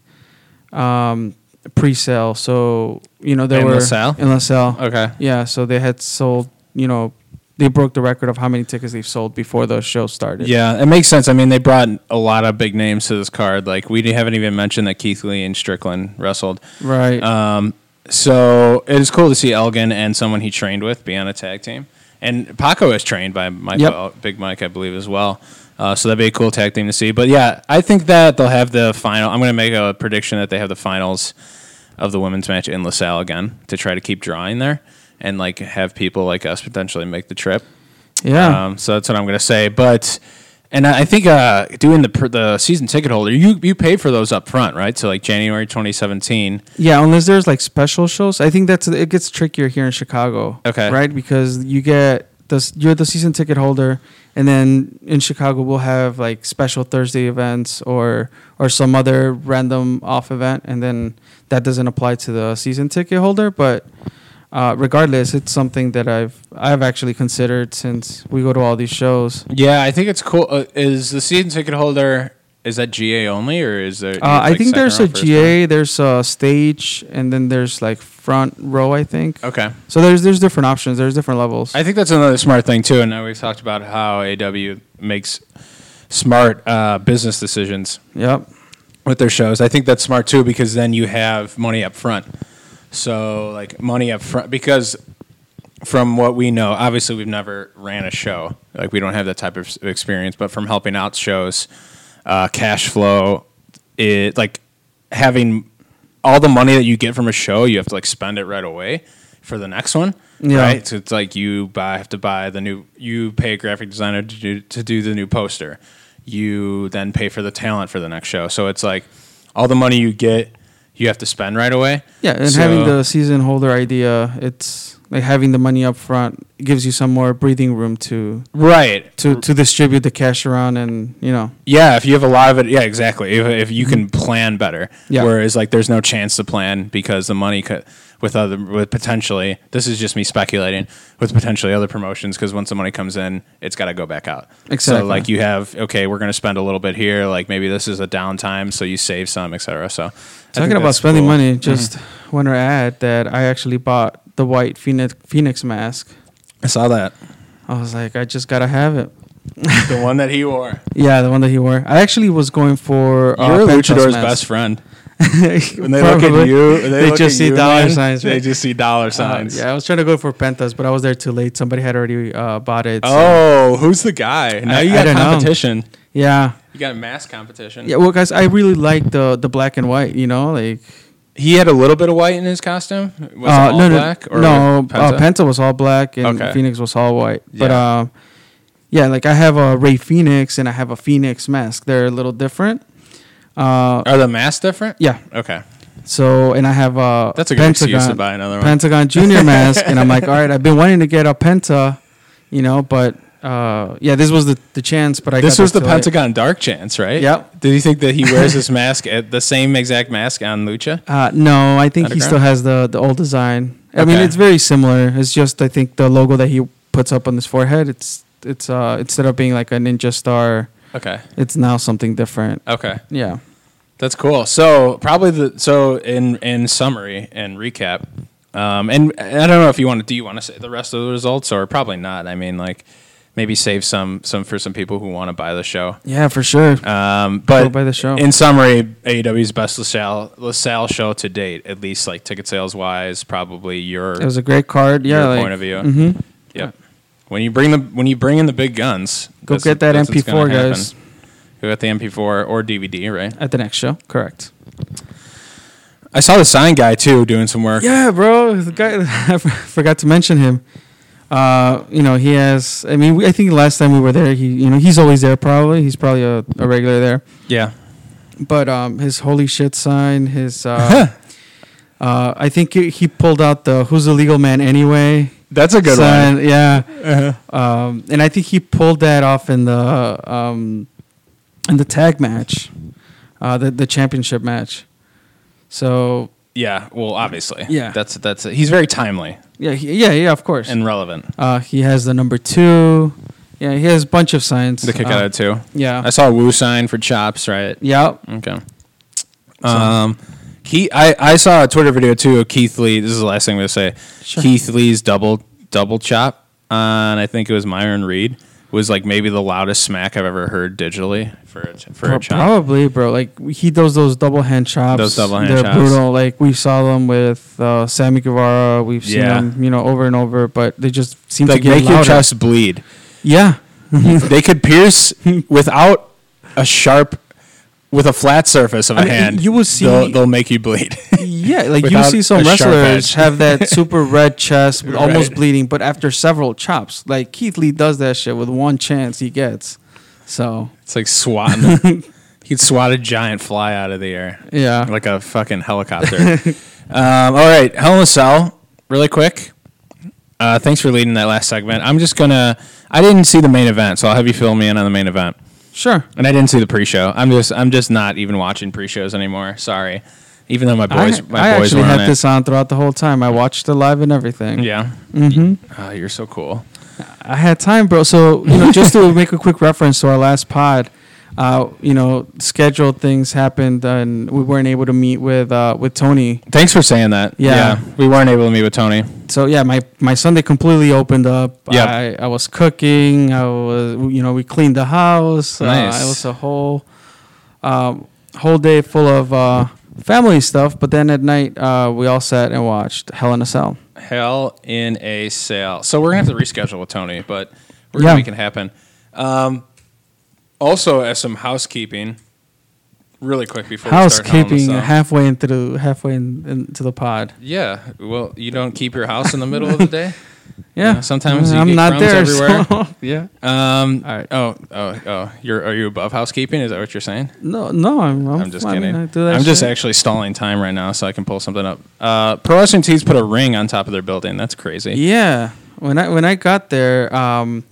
um, pre-sale. So you know there
In
were
LaSalle?
in LaSalle.
Okay.
Yeah, so they had sold. You know, they broke the record of how many tickets they've sold before the show started.
Yeah, it makes sense. I mean, they brought a lot of big names to this card. Like we haven't even mentioned that Keith Lee and Strickland wrestled.
Right.
Um, So it is cool to see Elgin and someone he trained with be on a tag team. And Paco is trained by Mike,
Yep.
Big Mike, I believe, as well. Uh, so that'd be a cool tag team to see. But yeah, I think that they'll have the final. I'm going to make a prediction that they have the finals of the women's match in LaSalle again to try to keep drawing there and like have people like us potentially make the trip.
Yeah.
Um, so that's what I'm going to say. But and I I think uh, doing the per- the season ticket holder, you you paid for those up front, right? So like January 2017.
Yeah, unless there's like special shows. I think that's it gets trickier here in Chicago.
Okay.
Right? Because you get this you're the season ticket holder and then in Chicago we'll have like special Thursday events or or some other random off event and then that doesn't apply to the season ticket holder, but uh, regardless, it's something that I've I've actually considered since we go to all these shows.
Yeah, I think it's cool. Uh, is the season ticket holder is that GA only or is there?
Uh, I
like,
think
second
there's
row,
a
first
GA, there's a stage, and then there's like front row. I think.
row? Okay.
So there's there's different options. There's different levels.
I think that's another smart thing too. And now we've talked about how AW makes smart uh, business decisions
yep.
with their shows. I think that's smart too because then you have money up front. So like money up front because from what we know, obviously we've never ran a show. Like we don't have that type of s- experience, but from helping out shows, uh, cash flow, it like having all the money that you get from a show, you have to like spend it right away for the next one.
Yeah.
Right. So it's like you buy have to buy the new you pay a graphic designer to do to do the new poster. You then pay for the talent for the next show. So it's like all the money you get you have to spend right away.
Yeah, and
So-
having the season holder idea, it's like having the money up front gives you some more breathing room to
Right.
to to distribute the cash around and you know.
Yeah, if you have a lot of it, yeah, exactly. If, if you can plan better,
Mm-hmm. Yeah.
whereas like there's no chance to plan because the money could with other with potentially this is just me speculating with potentially other promotions because once the money comes in, it's got to go back out. So
Exactly.
like you have okay, we're gonna spend a little bit here. Like maybe this is a downtime, so you save some, etc. So I think
Talking about
that's
spending
cool.
money, just want to add that I actually bought the white phoenix phoenix mask.
I saw that
I was like, I just gotta have it.
the one that he wore.
Yeah, the one that he wore. I actually was going for uh,
You're a
Phantos
luchador's
[LAUGHS] mask.
best friend. When
when
they look at you, they, look
just
at
see
you,
dollar
man,
signs.
They
man.
just see dollar signs.
Um, yeah, I was trying to go for Pentas, but I was there too late. Somebody had already uh, bought it. so-
Oh, who's the guy? Now
I-
you
I
got
don't know.
competition.
yeah,
You got a mass competition.
yeah. Well, guys, I really like the the black and white. You know, like
He had a little bit of white in his costume. Was it
uh,
all
no, no,
black or
no.
Penta?
Uh, Penta was all black and
Okay.
Phoenix was all white. But
Yeah.
um, yeah, like I have a Ray Phoenix and I have a Phoenix mask. They're a little different. Uh,
Are the masks different?
yeah.
Okay.
So and I have a
That's a good excuse to buy another one.
Pentagon Junior mask, and I'm
[LAUGHS]
like, all right, I've been wanting to get a Penta, you know, but uh, yeah, this was the, the chance. But I
this
got
was the
till late.
Pentagon Dark Chance, right?
Yep.
Did you think that he wears
[LAUGHS]
his mask at the same exact mask on Lucha?
Uh, no, I think he
Underground?
still has the the old design. I mean,
Okay.
it's very similar. It's just I think the logo that he puts up on his forehead. It's it's uh instead of being like a ninja star,
Okay.
it's now something different.
Okay.
Yeah.
That's cool. So probably the so in in summary and recap, um, and I don't know if you want to do you want to say the rest of the results or probably not. I mean, like maybe save some some for some people who want to buy the show.
Yeah, for sure.
Um, but
Go by the show.
in summary, AEW's best LaSalle, LaSalle show to date, at least like ticket sales wise, probably your,
it was a great card. Yeah,
your
like,
point of view.
mhm.
Yep. When you bring the when you bring in the big guns,
Go
that's-
get that
that's what's
MP4,
gonna happen.
guys.
Go get the MP4 or DVD, right?
At the next show, correct.
I saw the sign guy too doing some work.
Yeah, bro. The guy, [LAUGHS] I forgot to mention him. Uh, you know, he has. I mean, we, I think last time we were there, he, you know, he's always there. Probably, he's probably a, a regular there.
Yeah.
But um, his holy shit sign, his.
[LAUGHS]
Uh, uh, I think he, he pulled out the "Who's the legal man anyway?"
That's a good
sign.
one. Uh-huh.
Yeah. Um, and I think he pulled that off in the um, in the tag match, uh, the the championship match. So
Yeah. Well, obviously.
Yeah.
That's that's he's very timely
yeah, he, yeah, yeah. Of course.
and relevant.
Uh, he has the number two. Yeah, he has a bunch of signs.
The kick
Uh,
out of two.
Yeah.
I saw a Wu sign for chops, right?
yeah.
Okay. Um, Keith, I, I saw a Twitter video too of Keith Lee. This is the last thing I'm gonna say.
Sure.
Keith Lee's double double chop on I think it was Myron Reed was like maybe the loudest smack I've ever heard digitally for a, for
Pro-
a chop.
Probably, bro. Like he does those double hand chops.
Those double hand
They're
chops.
brutal. Like we saw them with uh, Sammy Guevara. We've seen
Yeah.
them, you know, over and over. But they just seem
Like
to get
make your
louder.
chest bleed.
[LAUGHS] Yeah,
they could pierce [LAUGHS] without a sharp, with a flat surface of a
I mean,
hand.
you will see-
they'll, they'll make you
[LAUGHS]
bleed.
yeah. Like you
Without
see some
a sharp
wrestlers
edge. [LAUGHS]
have that super red chest, with almost
Right.
bleeding. But after several chops, like Keith Lee does that shit with one chance he gets. So
it's like swatting. [LAUGHS] He'd swat a giant fly out of the air.
Yeah.
like a fucking
[LAUGHS]
helicopter. um, all right, Hell in a Cell, really quick. Uh, thanks for leading that last segment. I'm just gonna. I didn't see the main event, so I'll have you fill me in on the main event.
sure.
And I didn't see the pre-show. I'm just. I'm just not even watching pre-shows anymore. Sorry. Even though my boys,
I,
my
I
boys
actually
were on
had
it.
this on throughout the whole time. I watched it live and everything.
Yeah. Mm-hmm. you're so cool.
I had time, bro. So you know,
[LAUGHS]
just to make a quick reference to our last pod, uh, you know, scheduled things happened, and we weren't able to meet with uh, with Tony.
Thanks for saying that.
Yeah.
we weren't able to meet with Tony.
So yeah, my my Sunday completely opened up.
Yeah.
I, I was cooking. I was you know we cleaned the house.
Nice.
Uh, it was a whole um, whole day full of uh, family stuff. But then at night, uh, we all sat and watched Hell in a Cell.
Hell in a sale. So we're gonna have to reschedule with Tony, but we're
Yeah.
gonna make it happen. Um, also, as some housekeeping, really quick before we
Housekeeping
start Hell in a Cell.
halfway into the halfway in, into the pod.
yeah. Well, you don't keep your house in the middle of the day.
[LAUGHS] Yeah,
Yeah, sometimes you
I'm
get
not
crumbs
there.
everywhere.
so- yeah.
[LAUGHS] Um,
All right.
Oh, oh, oh. You're are you above housekeeping? Is that what you're saying?
No, no, I'm. I'm,
I'm just
fine. I mean,
kidding.
I
I'm
do that
just
shit.
actually stalling time right now so I can pull something up. Uh, Pro Wrestling Tees put a ring on top of their building. That's crazy.
Yeah. When I when I got there, um,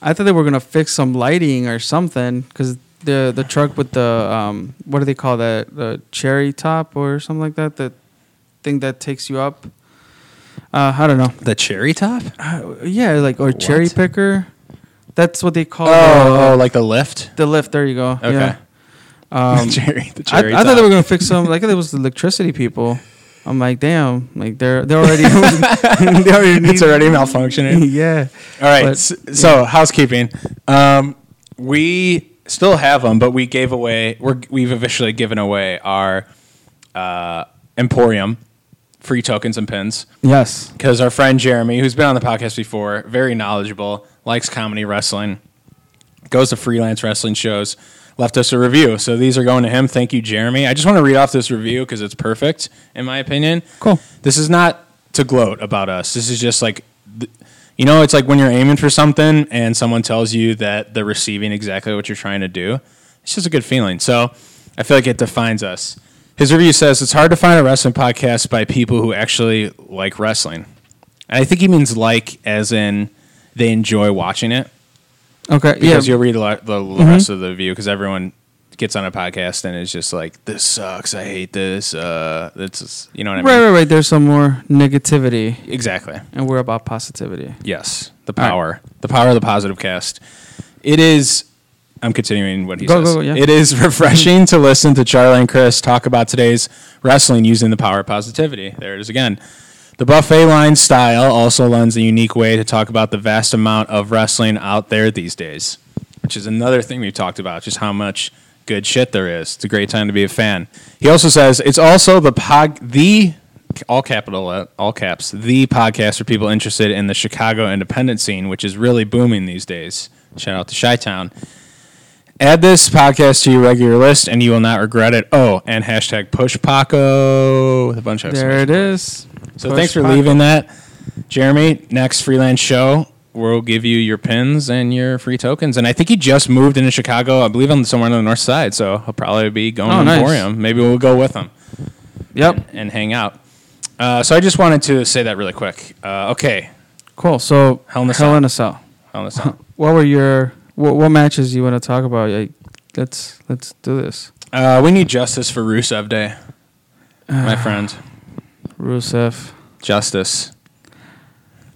I thought they were gonna fix some lighting or something because the the truck with the um, what do they call that? The cherry top or something like that. The thing that takes you up. Uh, I don't know.
The cherry top?
Uh, yeah, like or cherry
What?
picker. That's what they call.
Oh,
the,
oh, like the lift?
the lift. There you go.
Okay.
Yeah.
[LAUGHS]
Um,
the cherry, the
I,
cherry
I thought they
top.
were gonna fix some. Like it was the electricity people. I'm like, damn, like they're
[LAUGHS]
they're already [LAUGHS] they already need
it's already malfunctioning.
[LAUGHS] yeah.
[LAUGHS] All right.
But-
s- so housekeeping. Um, we still have them, but we gave away. We're, we've officially given away our uh, Emporium free tokens and pins.
Yes.
because our friend Jeremy, who's been on the podcast before, very knowledgeable, likes comedy wrestling, goes to freelance wrestling shows, left us a review. So these are going to him. Thank you, Jeremy. I just want to read off this review because it's perfect, in my opinion.
Cool.
This is not to gloat about us. This is just like, th- you know, it's like when you're aiming for something and someone tells you that they're receiving exactly what you're trying to do. It's just a good feeling. So I feel like it defines us. His review says it's hard to find a wrestling podcast by people who actually like wrestling. And I think he means like as in they enjoy watching it
Okay. Yeah. Mm-hmm.
because you'll read a lot, the rest of the review because everyone gets on a podcast and is just like this sucks. I hate this. Uh, this is you know what I
Right,
mean.
right, right. There's some more negativity,
Exactly.
and we're about positivity.
Yes, the
All right.
power, the power of the positive cast. It is. I'm continuing what he
Go,
says.
go, go, yeah.
It is refreshing to listen to Charlie and Chris talk about today's wrestling using the power of positivity. There it is again. The buffet line style also lends a unique way to talk about the vast amount of wrestling out there these days, which is another thing we've talked about, just how much good shit there is. It's a great time to be a fan. He also says it's also the pod, the all capital uh, all caps the podcast for people interested in the Chicago independent scene, which is really booming these days. Shout out to Chi Town. Add this podcast to your regular list, and you will not regret it. Oh, and hashtag push Paco with a bunch of
There it is.
so
Push
thanks for
pocket.
leaving that, Jeremy. Next freelance show, we'll give you your pins and your free tokens. And I think he just moved into Chicago, I believe, on somewhere on the north side. So he'll probably be going
Oh,
to
nice.
Emporium. Maybe we'll go with him
Yep.
and hang out. Uh, so I just wanted to say that really quick. Uh, okay,
Cool. So
Hell in a
Hell in a Cell.
on this
[LAUGHS]
one.
What were your what, what matches you want to talk about? Like, let's let's do this.
uh, we need justice for Rusev Day,
Uh,
my friend.
Rusev.
Justice.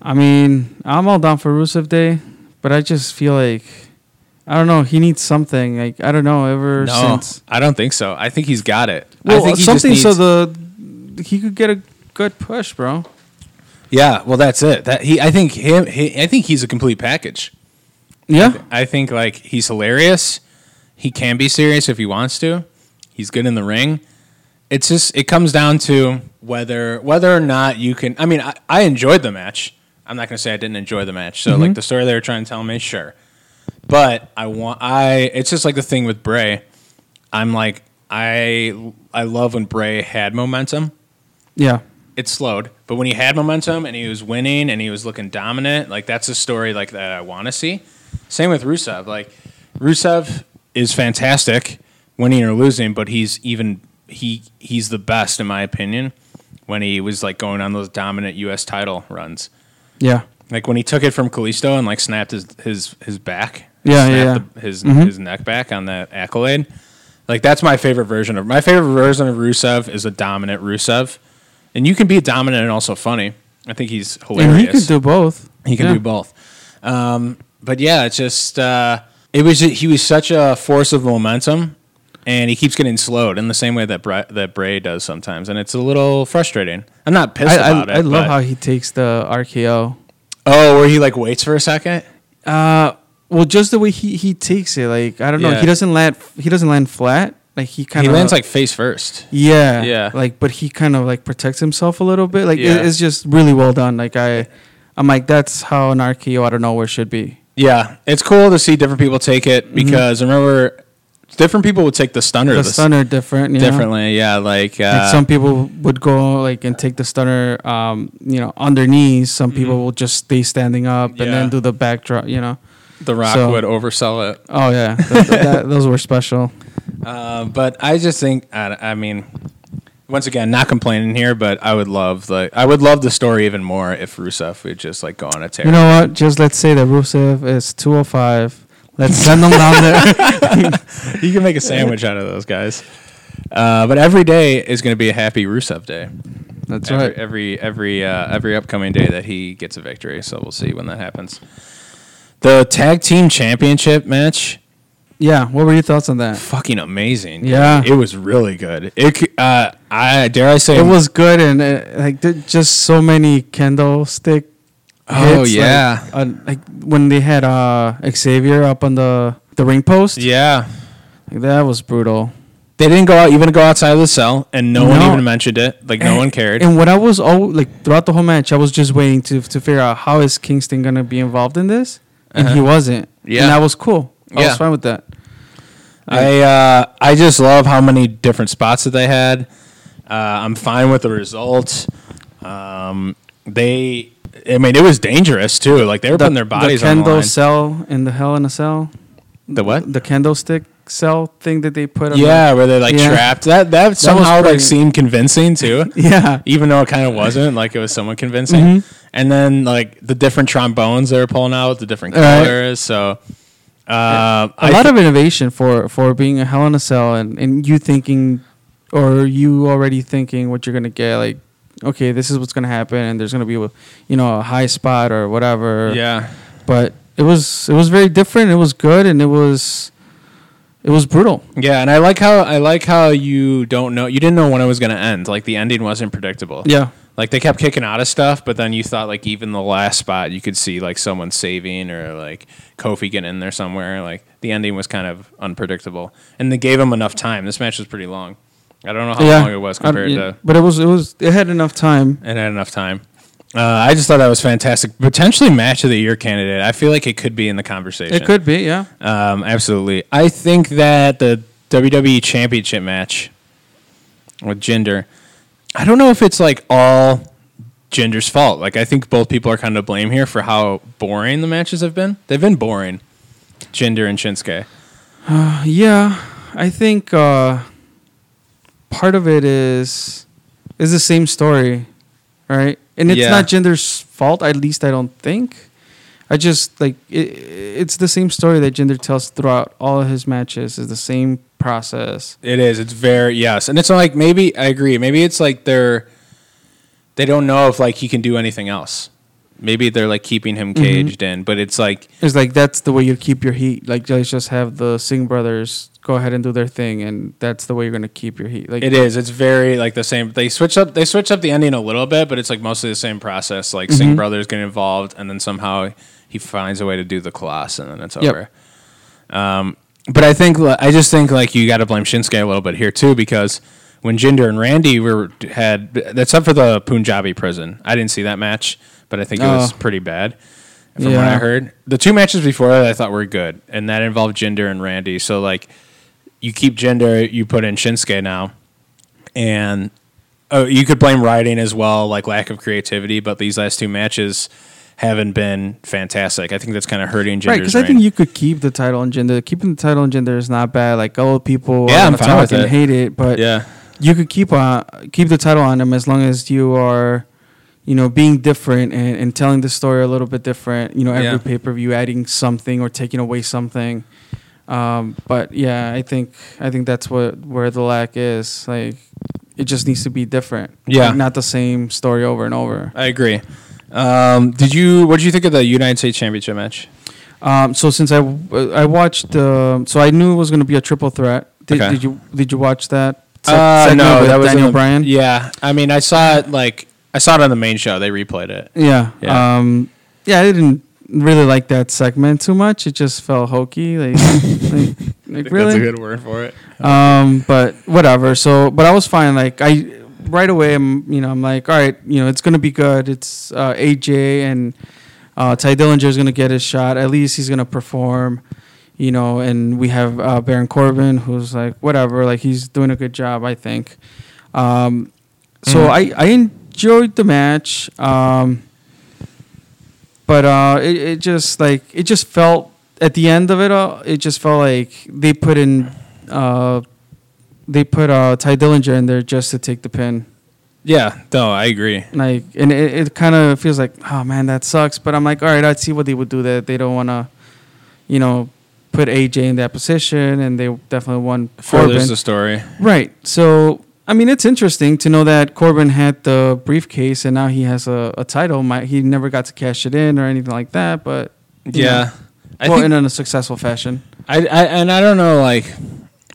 I mean, I'm all down for Rusev Day, but I just feel like I don't know. He needs something. Like I don't know. Ever
No,
since
I don't think so. I think he's got it.
well,
I think he just
something so
needs-
the he could get a good push, bro.
Yeah, well, that's it. That he, I think him. He, I think he's a complete package.
Yeah.
I think like he's hilarious. He can be serious if he wants to. He's good in the ring. It's just it comes down to whether whether or not you can. I mean, I, I enjoyed the match. I'm not gonna say I didn't enjoy the match. So like the story they were trying to tell me, sure. But I want I. It's just like the thing with Bray. I'm like I I love when Bray had momentum
Yeah.
it slowed. But when he had momentum and he was winning and he was looking dominant, like that's a story like that I want to see. Same with Rusev. Like Rusev is fantastic, winning or losing, but he's even he he's the best in my opinion when he was like going on those dominant U.S. title runs.
Yeah.
Like when he took it from Kalisto and like snapped his his his back,
Yeah, yeah, Mm-hmm.
snapped
yeah.
The, his his neck back on that accolade. Like that's my favorite version of my favorite version of Rusev is a dominant Rusev, and you can be dominant and also funny. I think he's hilarious.
And he could do both.
He can
Yeah.
do both. Um, but yeah, it's just uh, it was he was such a force of momentum, and he keeps getting slowed in the same way that Bra- that Bray does sometimes, and it's a little frustrating. I'm not pissed
I, I,
about it.
I love
but-
how he takes the RKO.
oh, where he like waits for a second.
Uh, well, just the way he, he takes it, like I don't know,
Yeah.
he doesn't land he doesn't land flat. Like he kind
He
of
lands like face first.
yeah
Yeah.
like but he kind of like protects himself a little bit. Like it-
Yeah.
it's just really well done. Like I, I'm like that's how an RKO out of nowhere should be.
Yeah, it's cool to see different people take it because remember, different people would take the stunner
Mm-hmm. The
this-
stunner different, you know?
differently. Yeah, like, uh,
Like some people would go like and take the stunner, um, you know, on their knees. Some people will just stay standing up and
Mm-hmm. Yeah.
then do the backdrop, you know.
the Rock
so-
would oversell it.
Oh yeah, Th- th- [LAUGHS] that, those were special.
Uh, but I just think, I, I mean, once again, not complaining here, but I would love the I would love the story even more if Rusev would just like go on a tear.
You know what? Just let's say that Rusev is 205. Let's send them down
[LAUGHS]
there.
[LAUGHS]
[LAUGHS]
you can make a sandwich out of those guys. Uh, but every day is going to be a happy Rusev day.
That's
every,
right.
Every every uh, every upcoming day that he gets a victory, so we'll see when that happens. The tag team championship match,
Yeah. What were your thoughts on that?
fucking amazing. dude.
Yeah.
it was really good. It c- uh, I dare I say
It was good, and uh like there- just so many candlestick.
Oh,
hits, like,
yeah.
uh, Like, when they had uh, Xavier up on the the ring post.
yeah.
Like, that was brutal.
They didn't go out even go outside of the cell, and no, one
No.
even mentioned it. Like no
And-
one cared.
And what I was all like throughout the whole match, I was just waiting to to figure out how is Kingston gonna be involved in this, and he wasn't.
Uh-huh. Yeah.
And that was cool. I
Yeah.
was fine with that.
I uh, I just love how many different spots that they had. Uh, I'm fine with the result. Um, they, I mean, it was dangerous too. Like they were putting their bodies
the
on
Kendo
the line.
cell in the Hell in a Cell.
The what?
The candlestick cell thing that they put. on
yeah, where they're like
Yeah.
trapped. That that somehow like
pretty-
seemed convincing
[LAUGHS]
too.
The, [LAUGHS] yeah.
Even though it kind of wasn't, like it was somewhat convincing.
Mm-hmm.
And then like the different trombones they were pulling out, the different
Right.
colors. So uh,
A lot of innovation for for being a Hell in a Cell and and you thinking, or you already thinking what you're gonna get like. Okay, this is what's gonna happen, and there's gonna be, a, you know, a high spot or whatever.
yeah.
but it was it was very different. It was good, and it was it was brutal.
Yeah, and I like how I like how you don't know you didn't know when it was going to end. Like the ending wasn't predictable.
Yeah,
Like they kept kicking out of stuff, but then you thought like even the last spot you could see like someone saving or like Kofi getting in there somewhere. Like the ending was kind of unpredictable, and they gave him enough time. This match was pretty long. I don't know how
yeah.
long it was
I don't-
compared
yeah.
to.
but it was it was it had enough time.
It had enough time. Uh, I just thought that was fantastic. Potentially match of the year candidate. I feel like it could be in the conversation.
It could be, yeah.
Um, absolutely. I think that the WWE Championship match with gender, I don't know if it's like all gender's fault. Like, I think both people are kind of to blame here for how boring the matches have been. They've been boring, gender and Shinsuke.
Yeah, I think uh, part of it is is the same story, right? And it's
Yeah.
not gender's fault. At least I don't think. I just like it, it's the same story that gender tells throughout all of his matches. Is the same process.
It is. It's very yes, and it's like maybe I agree. Maybe it's like they're they don't know if like he can do anything else. Maybe they're like keeping him caged in, but it's like
It's like that's the way you keep your heat. Like let's just have the Singh brothers go ahead and do their thing, and that's the way you're gonna keep your heat. Like
It is. It's very like the same. They switch up. They
Mm-hmm.
switch up the ending a little bit, but it's like mostly the same process. Like Singh brothers get involved, and then somehow he finds a way to do the coloss, and then it's
Yep.
over. Um, but I think I just think like you got to blame Shinsuke a little bit here too because when Jinder and Randy were had that's up for the Punjabi prison. I didn't see that match, but I think it was
Oh.
pretty bad from what
Yeah.
I heard. The two matches before that I thought were good, and that involved Jinder and Randy. So like you keep Jinder, you put in Shinsuke now, and oh, you could blame writing as well, like lack of creativity. But these last two matches haven't been fantastic. I think that's kind of hurting Jinder's
Right, because I think you could keep the title on gender. Keeping the title on gender is not bad. Like old people,
Yeah,
are
I'm
gonna
fine with
talk and
it.
hate it, but
yeah.
you could keep on keep the title on them as long as you are, you know, being different and, and telling the story a little bit different. You know, every
Yeah.
pay per view adding something or taking away something. Um, but yeah, I think I think that's what where the lack is. Like, it just needs to be different.
Yeah.
Like, not the same story over and over.
I agree. Um, did you? What did you think of the United States Championship match?
Um, so since I I watched, um so I knew it was going to be a triple threat. Did,
Okay.
did you did you watch that? se-
Uh,
segment with Daniel
in the-
Bryan.
Yeah, I mean, I saw it like I saw it on the main show. They replayed it.
Yeah.
Yeah.
Um, yeah, I didn't really like that segment too much. It just felt hokey. Like,
[LAUGHS]
like, like really.
good word for it.
Um, but whatever. So, but I was fine. Like I right away, I'm you know I'm like, all right, you know it's gonna be good. It's uh, AJ and uh, Ty Dillinger is gonna get his shot. At least he's gonna perform. You know, and we have uh, Baron Corbin, who's like whatever. Like he's doing a good job, I think. Um, so
Mm-hmm.
I I enjoyed the match. Um, but uh, it, it just like it just felt at the end of it all, it just felt like they put in uh, they put uh, Ty Dillinger in there just to take the pin.
Yeah, no, I agree.
Like, and it, it kind of feels like, oh man, that sucks. But I'm like, all right, I'd see what they would do. That they don't want to, you know, put AJ in that position, and they definitely want Corbin.
Furthers the story.
Right. So, I mean, it's interesting to know that Corbin had the briefcase and now he has a, a title. My, he never got to cash it in or anything like that, but. you
Yeah,
know,
I
well,
think-
in a successful fashion.
I, I and I don't know like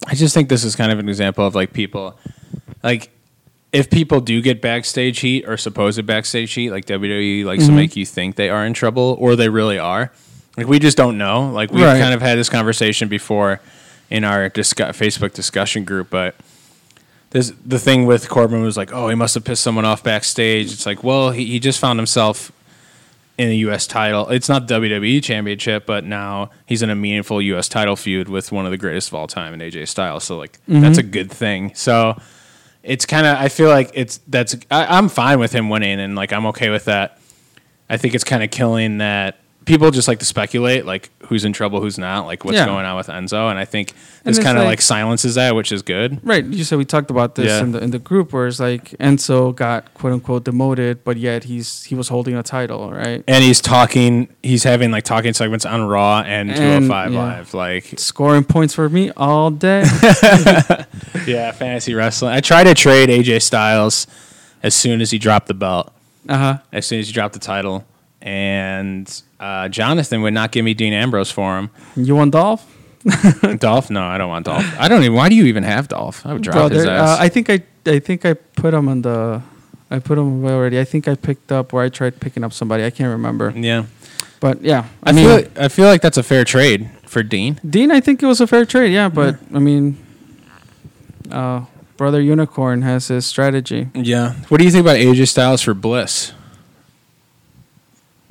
I just think this is kind of an example of like people like if people do get backstage heat or supposed backstage heat like WWE likes to make you think they are in trouble or they really are like we just don't know like we've
Right.
kind of had this conversation before in our discu- Facebook discussion group but this the thing with Corbin was like oh he must have pissed someone off backstage it's like well he, he just found himself in a U.S. title. It's not WWE E Championship, but now he's in a meaningful U.S. title feud with one of the greatest of all time in AJ Styles. So like
Mm-hmm.
that's a good thing. So it's kind of I feel like it's that's I, I'm fine with him winning and like I'm okay with that. I think it's kind of killing that people just like to speculate like who's in trouble, who's not, like what's
Yeah.
going on with Enzo, and I think
And
this
it's
kind of
like-
like silences that, which is good.
Right. You said we talked about this
Yeah.
in, the, in the group where it's like Enzo got quote unquote demoted, but yet he's he was holding a title, right?
And he's talking, he's having like talking segments on Raw and,
And,
205
yeah.
Live. Like
Scoring points for me all [LAUGHS] day.
Yeah, fantasy wrestling. I tried to trade AJ Styles as soon as he dropped the belt,
Uh huh.
as soon as he dropped the title, and uh, Jonathan would not give me Dean Ambrose for [LAUGHS] him.
You want Dolph?
Dolph, no, I don't want Dolph. I don't even. Why do you even have Dolph? I would drop his
Brother,
ass.
Uh, I think I I think I put him on the I put him away already. I think I picked up or I tried picking up somebody. I can't remember.
yeah,
But yeah, I,
I,
mean
feel. I feel like that's a fair trade for Dean.
Dean. I think it was a fair trade. Yeah, but I mean, uh, brother Unicorn has his strategy.
Yeah. What do you think about AJ Styles for Bliss?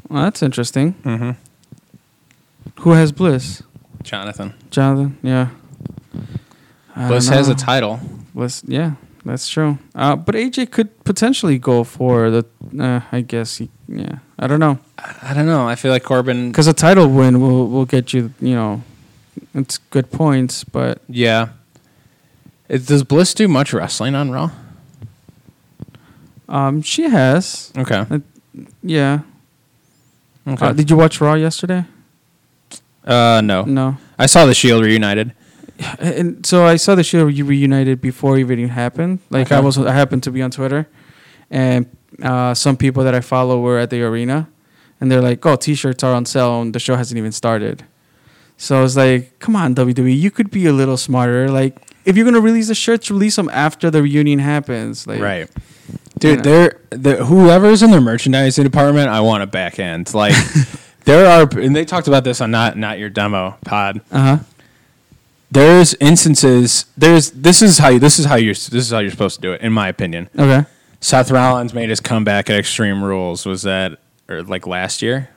Well, that's interesting.
Mm-hmm.
Who has Bliss?
Jonathan.
Jonathan. Yeah. I
Bliss
don't
has a
know.
title.
Bliss. Yeah, that's true. Uh, but AJ could potentially go for the. Uh, I guess. He, yeah. I don't know.
I don't know. I feel like Corbin.
Because a title win will will get you, you know, it's good points, but
Yeah. It, does Bliss do much wrestling on Raw?
um, she has,
Okay.
yeah.
Okay.
Uh, did you watch Raw yesterday?
Uh, no.
No.
I saw the Shield reunited.
And so I saw the show you reunited before it even happened. Like I
Okay.
was, I happened to be on Twitter, and uh, some people that I follow were at the arena, and they're like, "Oh, t-shirts are on sale, and the show hasn't even started." So I was like, "Come on, WWE, you could be a little smarter. Like, if you're gonna release the shirts, release them after the reunion happens." Like,
Dude,
Yeah.
they're, they're whoever's in their merchandising department, I want a back end. Like There are, and they talked about this on not not your demo pod.
Uh huh.
There's instances. There's this is how you, this is how you this is how you're supposed to do it, in my opinion.
Okay.
Seth Rollins made his comeback at Extreme Rules. Was that or like last year,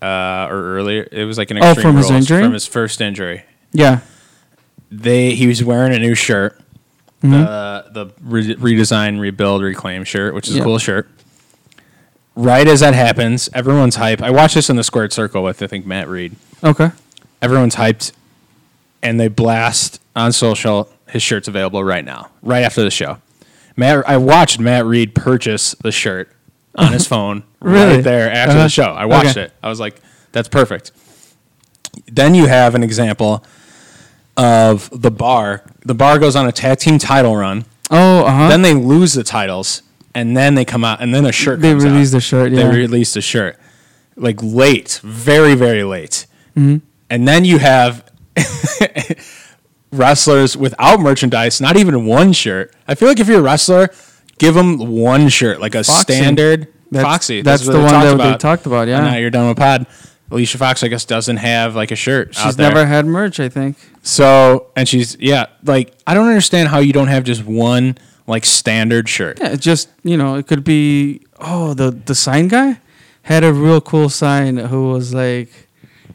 uh, or earlier? It was like an
Oh,
Extreme
from his
Rules
injury?
from his first injury.
Yeah.
They he was wearing a new shirt, the the re- redesign, rebuild, reclaim shirt, which is
Yeah.
a cool shirt. Right as that happens, everyone's hype. I watched this in the squared circle with I think Matt Reed.
Okay.
Everyone's hyped, and they blast on social. His shirt's available right now, right after the show. Matt, I watched Matt Reed purchase the shirt on
[LAUGHS]
his phone
Really?
right there after
Uh-huh.
the show. I watched
Okay.
it. I was like, "That's perfect." Then you have an example of the bar. The bar goes on a tag team title run.
Oh, uh huh.
Then they lose the titles, and then they come out, and then a shirt.
They
comes
release
out.
the shirt,
They
yeah.
release the shirt, like late, very very late.
Mm-hmm.
And then you have [LAUGHS] wrestlers without merchandise, not even one shirt. I feel like if you're a wrestler, give them one shirt, like a
Foxy.
standard
That's-
Foxy.
that's
what
the one
talked
that they talked about, yeah.
And now you're done with Pod. Alicia Fox, I guess, doesn't have like a shirt.
She's
out there.
never had merch, I think.
So and she's yeah, like I don't understand how you don't have just one like standard shirt.
Yeah, it just you know, it could be oh the the sign guy had a real cool sign who was like,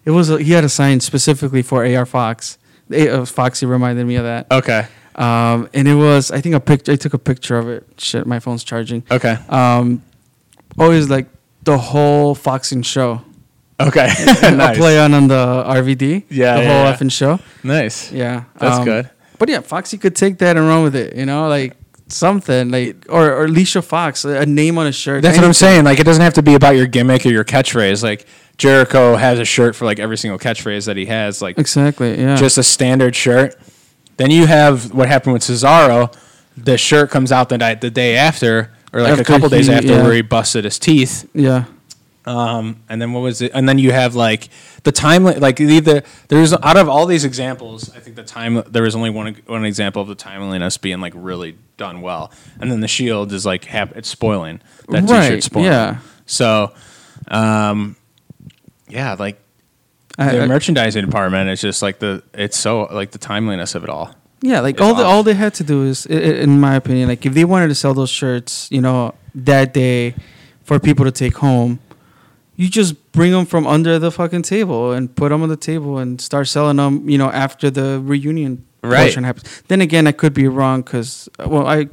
it was he had a sign specifically for AR Fox. A- uh, Foxy reminded me of that.
Okay.
Um, and it was I think a picture. I took a picture of it. Shit, my phone's charging.
Okay.
Um, always like the whole Foxing show.
[LAUGHS] [LAUGHS] Okay.
A play on on the RVD.
Yeah,
the
yeah,
whole
yeah.
effing show.
Nice.
Yeah, um,
That's good.
But yeah, Foxy could take that and run with it. You know, like something like or or Alicia Fox, a name on a shirt.
That's what I'm
anything.
saying. Like it doesn't have to be about your gimmick or your catchphrase. Like Jericho has a shirt for like every single catchphrase that he has. Like
Exactly. Yeah.
just a standard shirt. Then you have what happened with Cesaro. The shirt comes out the night the day after, or like
After
a couple days
he-
after,
yeah.
where he busted his teeth.
yeah.
And then what was it? And then you have like the time, like either there's out of all these examples, I think the time there was only one one example of the timeliness being like really done well, and then the shield is like hap- it's spoiling that
Right,
t-shirt spoiling.
yeah.
So, um, yeah, like
I-
the
I-
merchandising department is just like the it's so like the timeliness of it all.
Yeah, like
It's
all the,
off.
all they had to do is, i- i- in my opinion, like if they wanted to sell those shirts, you know, that day for people to take home, you just bring them from under the fucking table and put them on the table and start selling them, you know, after the reunion
Right.
portion happens. Then again, I could be wrong because well, I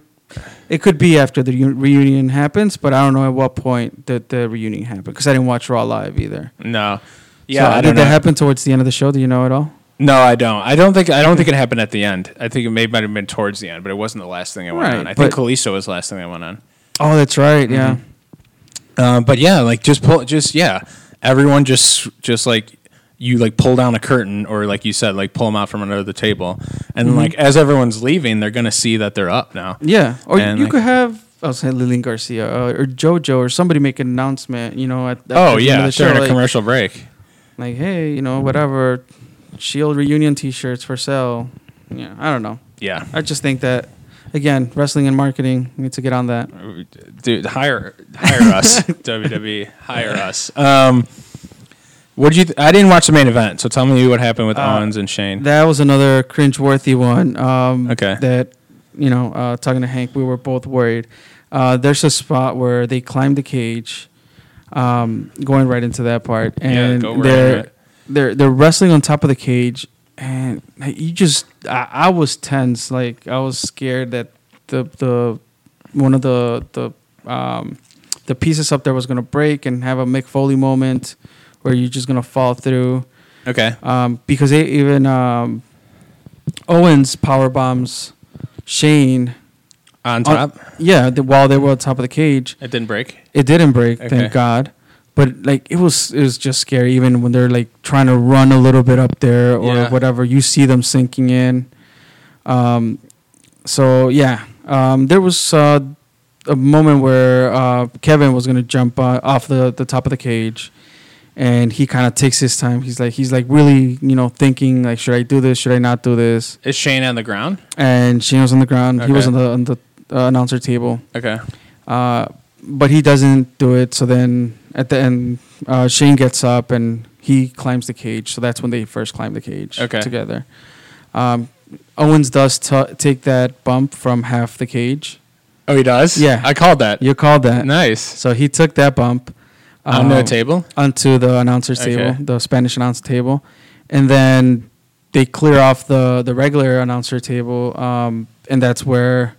it could be after the u- reunion happens, but I don't know at what point that the reunion happened because I didn't watch Raw live either.
No, yeah,
So,
I
did
don't know.
that happen towards the end of the show? Do you know at all?
No, I don't. I don't think. I don't think it happened at the end. I think it may might have been towards the end, but it wasn't the last thing I went
Right,
on. I think
but-
Kalisto was the last thing I went on.
Oh, that's right.
Mm-hmm.
Yeah.
Um, but yeah, like just pull, just yeah, everyone just just like you like pull down a curtain or like you said, like pull them out from under the table, and like as everyone's leaving, they're gonna see that they're up now.
Yeah, or
And,
you
like-
could have I was saying Lillian Garcia uh, or JoJo or somebody make an announcement. You know, at, at
Oh
the end
yeah,
of the show,
during a
like,
commercial break.
like hey, you know, whatever, Shield reunion T-shirts for sale. Yeah, I don't know. [LAUGHS]
Yeah,
I just think that again, wrestling and marketing we need to get on that.
Uh, dude, hire hire us,
[LAUGHS]
WWE, hire us. Um, what did you? Th- I didn't watch the main event, so tell me what happened
Uh,
with Owens and Shane.
That was another cringe-worthy one. Um,
Okay.
That you know, uh, talking to Hank, we were both worried. Uh, there's a spot where they climb the cage, um, going right into that part, and
go right
they're
into it.
they're they're wrestling on top of the cage, and like, you just I, I was tense, like I was scared that the the one of the the um, the pieces up there was gonna break and have a Mick Foley moment where you're just gonna fall through
okay,
um, because they even um, Owens power bombs Shane.
on
on-
top,
yeah, the, while they were on top of the cage,
it didn't break.
it didn't break,
Okay.
thank God. But like it was, it was just scary. Even when they're like trying to run a little bit up there or
Yeah.
whatever, you see them sinking in. Um, so yeah, um, there was uh, a moment where uh, Kevin was gonna jump uh, off the, the top of the cage, and he kind of takes his time. He's like he's like really you know thinking like should I do this? Should I not do this?
Is Shane on the ground?
And Shane was on the ground. He was on
Okay.
the on the uh, announcer table.
Okay.
Uh, but he doesn't do it. So then at the end, uh, Shane gets up and he climbs the cage. So that's when they first climb the cage
Okay.
together. Um, Owens does t- take that bump from half the cage.
Oh, he does.
Yeah.
I called that.
You called that.
Nice.
So he took that bump.
On the
um,
table.
onto the announcer's
Okay.
table, the Spanish announcer table, and then they clear off the the regular announcer table, um, and that's where.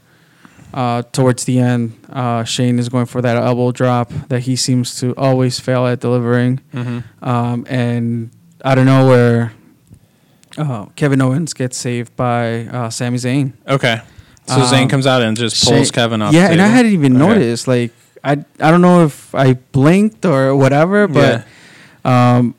Uh, towards the end, uh, Shane is going for that elbow drop that he seems to always fail at delivering.
Mm-hmm.
Um, and out of nowhere, uh, Kevin Owens gets saved by uh, Sami Zayn.
Okay. So
Um,
Zane comes out and just pulls
Shane-
Kevin off.
Yeah,
the
and I
table.
hadn't even
Okay.
noticed. Like I, I don't know if I blinked or whatever, but um,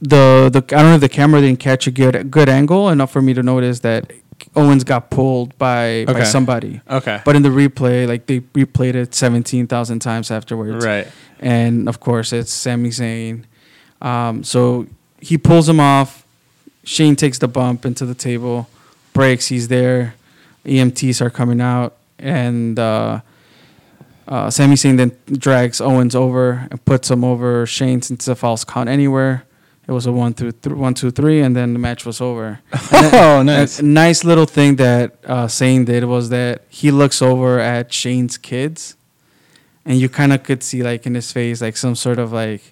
the the I don't know if the camera didn't catch a good good angle enough for me to notice that Owens got pulled by by
Okay.
somebody.
Okay.
But in the replay, like they replayed it seventeen thousand times afterwards,
right.
and of course it's Sami Zayn. Um, so he pulls him off. Shane takes the bump into the table, breaks. He's there. EMTs are coming out, and uh, uh, Sami Zayn then drags Owens over and puts him over Shane since it's a false count anywhere. It was a one through th- one two three, and then the match was over.
[LAUGHS]
[LAUGHS]
Oh,
A-
nice.
A nice little thing that uh, Zayn did was that he looks over at Shane's kids, and you kind of could see like in his face like some sort of like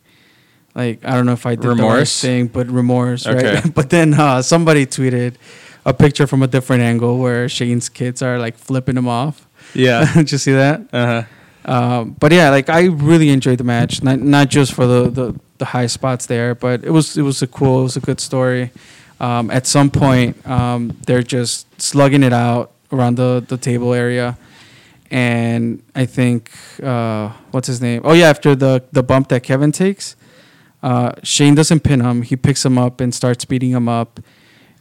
like I don't know if I did the right
Remorse?
thing, but remorse,
Okay.
right? [LAUGHS] but then uh, somebody tweeted a picture from a different angle where Shane's kids are like flipping him off.
Yeah.
[LAUGHS] Did you see that?
Uh huh.
Um, but yeah, like I really enjoyed the match, not not just for the, the, the high spots there, but it was it was a cool, it was a good story. Um, at some point, um, they're just slugging it out around the, the table area, and I think uh, what's his name? Oh yeah, after the the bump that Kevin takes, uh, Shane doesn't pin him. He picks him up and starts beating him up,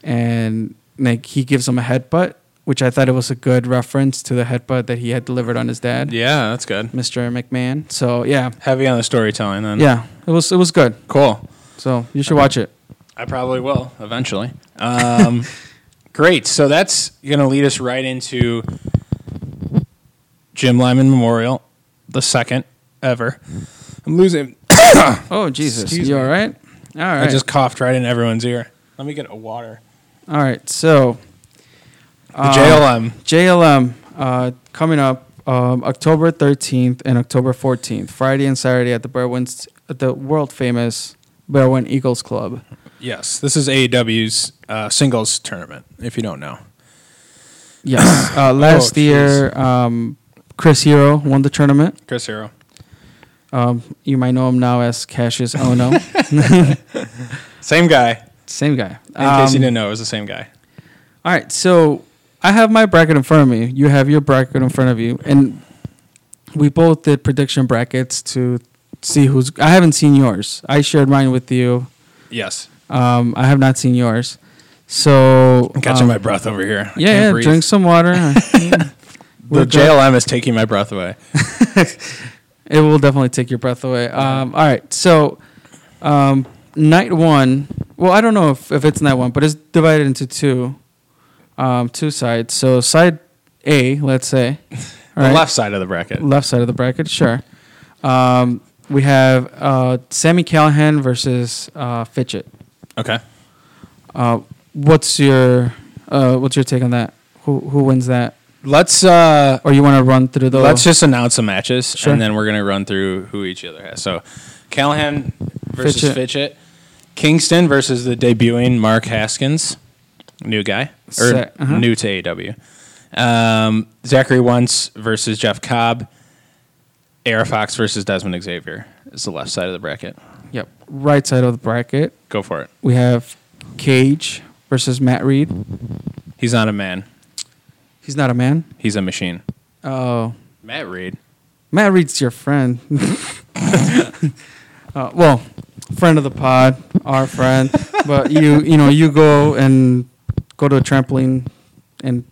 and like he gives him a headbutt, which I thought it was a good reference to the headbutt that he had delivered on his dad.
Yeah, that's good.
Mr. McMahon. So yeah,
Heavy on the storytelling then.
yeah, it was it was good.
Cool.
So you should watch it.
I probably will eventually. Um, [LAUGHS] great. So that's going to lead us right into Jim Lyman Memorial, the second ever. I'm losing.
Oh Jesus,
Excuse
you
me.
all right? All right,
I just coughed right in everyone's ear. Let me get a water.
all right. So
The
Um,
JLM.
JLM uh, coming up um, October 13th and October 14th, Friday and Saturday at the Berwyn's at the world famous Berwyn
[COUGHS]
Eagles Club.
Yes, this is AEW's uh, singles tournament. If you don't know,
Yes, uh, last
geez.
year um, Chris Hero won the tournament.
Chris Hero.
Um, you might know him now as
[LAUGHS]
Cassius Ono,
Same guy.
same guy.
In case you
Um,
didn't know, it was the same guy.
All right, so I have my bracket in front of me. You have your bracket in front of you, and we both did prediction brackets to see who's. I haven't seen yours. I shared mine with you.
Yes.
Um, I have not seen yours. So
I'm catching
um,
my breath over here. I
yeah,
can't
yeah
breathe.
drink
[LAUGHS]
some water. the
The JLM is taking my breath away.
It will definitely take your breath away. Um, all right, so um, night one. Well, I don't know if, if it's night one, but it's divided into two, um, two sides. So side A, let's say, all
[LAUGHS] The
right,
left side of the bracket.
left side of the bracket, sure. Um, we have uh, Sammy Callahan versus uh, Fitchett.
Okay.
Uh, what's your uh, what's your take on that? Who who wins that?
Let's uh
Or you want to run through the?
let's just announce the matches
Sure.
and then we're gonna run through who each other has. So Callahan versus
Fitchett.
Fitchett. Kingston versus the debuting Mark Haskins, new guy. Or
Sa- uh-huh.
new to AEW. Um, Zachary Wentz versus Jeff Cobb. Air Fox versus Desmond Xavier is the left side of the bracket.
yep right side of the bracket.
Go for it.
We have Cage versus Matt Reed.
He's not a man.
He's not a man.
He's a machine.
Oh,
Matt Reed.
Matt Reed's your friend. [LAUGHS] uh, well, friend of the pod, our friend. but you, you know, you go and go to a trampoline and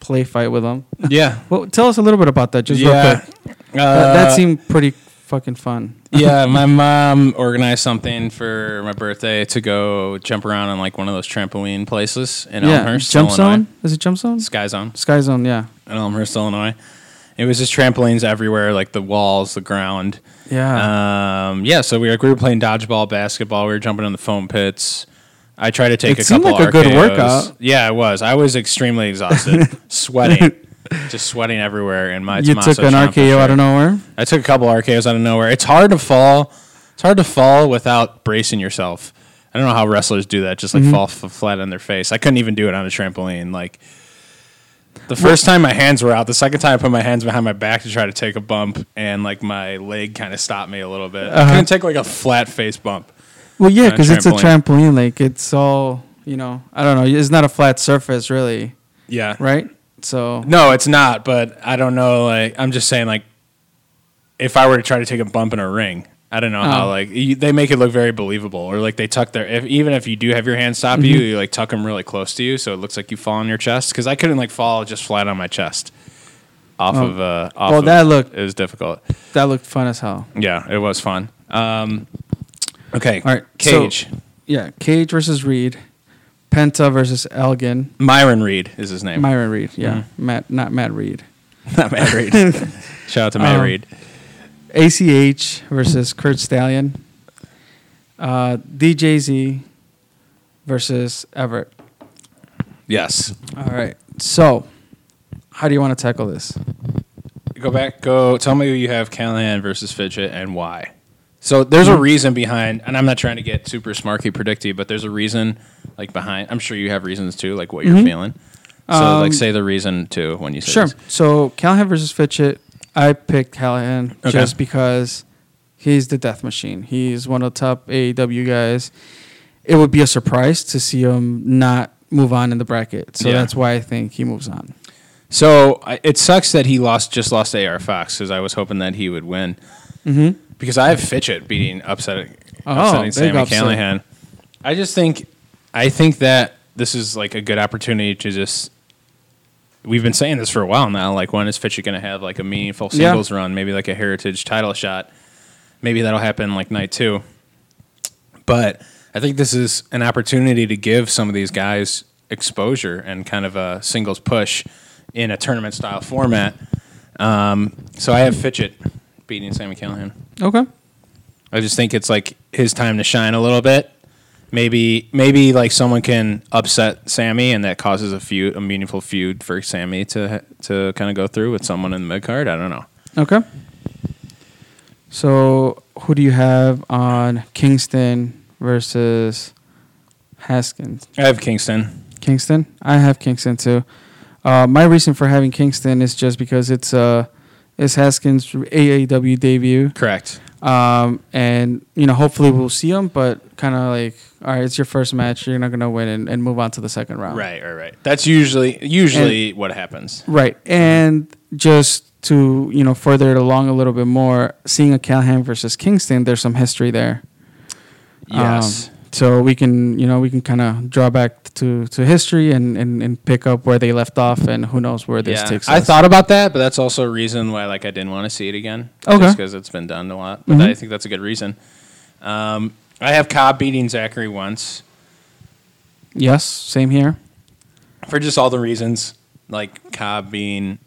play fight with him.
Yeah.
Well, tell us a little bit about that, just real
yeah.
quick.
Uh,
That, that seemed pretty fucking fun.
yeah, my mom organized something for my birthday to go jump around on like one of those trampoline places in
yeah,
Elmhurst,
jump
Illinois.
zone. Is it jump zone?
Sky Zone
Sky zone. Yeah.
in Elmhurst, Illinois. It was just trampolines everywhere, like the walls, the ground.
Yeah.
Um, yeah, so we were, like, we were playing dodgeball, basketball. We were jumping on the foam pits. I tried to take
It
a
seemed
couple.
like a good
RKOs.
workout.
Yeah, it was. I was extremely exhausted,
[LAUGHS]
sweating, just sweating everywhere. And my
you
Tommaso
took an
Ciampa
RKO
shirt.
out of nowhere.
I took a couple RKOs out of nowhere. It's hard to fall. It's hard to fall without bracing yourself. I don't know how wrestlers do that. Just like fall f- flat on their face. I couldn't even do it on a trampoline. Like the first time my hands were out. The second time I put my hands behind my back to try to take a bump, and like my leg kind of stopped me a little bit. I couldn't take like a flat face bump.
Well, yeah,
on a
because it's a trampoline. Like it's all you know. I don't know. It's not a flat surface, really,
Yeah.
right? So
No, it's not. But I don't know. Like I'm just saying. Like if I were to try to take a bump in a ring, I don't know how.
Oh.
Like you, they make it look very believable, or like they tuck their. If, even if you do have your hands stop
Mm-hmm.
you, you like tuck them really close to you, so it looks like you fall on your chest. Because I couldn't like fall just flat on my chest. Off
Oh.
of uh, off
Well,
of-
that looked-
it was difficult.
that looked fun as hell.
Yeah, it was fun. Um, okay,
All right, so-
Cage
Yeah, Cage versus Reed, Penta versus Elgin,
Myron Reed is his name.
Myron Reed. Yeah,
Mm-hmm.
Matt, not Matt Reed.
[LAUGHS] Not Matt
[LAUGHS]
Reed. Shout out to Matt
Um,
Reed.
ACH versus Kurt Stallion, uh, DJZ versus Everett.
Yes.
All right. So, how do you want to tackle this?
Go back. Go tell me who you have Callahan versus Fidget and why. So there's a reason behind, and I'm not trying to get super smarky predicty, but there's a reason like behind. I'm sure you have reasons too, like what you're feeling. So like say the reason too when you say
Mm-hmm. Um, Sure.
this.
So Callahan versus Fitchett, I picked Callahan
Okay.
just because he's the death machine. He's one of the top AEW guys. It would be a surprise to see him not move on in the bracket. So
Yeah.
that's why I think he moves on.
So I, it sucks that he lost just lost to AR Fox because I was hoping that he would win. Mm-hmm. Because I have Fitchett beating upsetting,
Oh,
upsetting
big
Sammy
upset.
Callahan. I just think I think that this is like a good opportunity to just. We've been saying this for a while now. Like, when is Fitchett going to have like a meaningful
Yeah.
singles run? Maybe like a heritage title shot. Maybe that'll happen like night two. But I think this is an opportunity to give some of these guys exposure and kind of a singles push in a tournament style format. Um, so I have Fitchett beating Sammy Callahan.
Okay.
I just think it's like his time to shine a little bit. Maybe maybe like someone can upset Sammy and that causes a feud, a meaningful feud for Sammy to to kind of go through with someone in the mid card. I don't know.
Okay. So who do you have on Kingston versus Haskins?
I have Kingston.
Kingston. I have Kingston too. Uh, my reason for having Kingston is just because it's uh, it's Haskins' AAW debut,
Correct.
um, and you know hopefully we'll see him. But kind of like, all right, it's your first match. You're not gonna win and, and move on to the second round.
Right, right, right. That's usually usually what happens.
Right. And just to you know further it along a little bit more, seeing a Callahan versus Kingston, there's some history there.
Yes.
Um, so we can, you know, we can kind of draw back to, to history and, and, and pick up where they left off, and who knows where this takes us.
I thought about that, but that's also a reason why like I didn't want to see it again.
Okay. Mm-hmm.
because it's been done a lot. But I think that's a good reason. Um, I have Cobb beating Zachary once
Yes, same here.
for just all the reasons, like Cobb being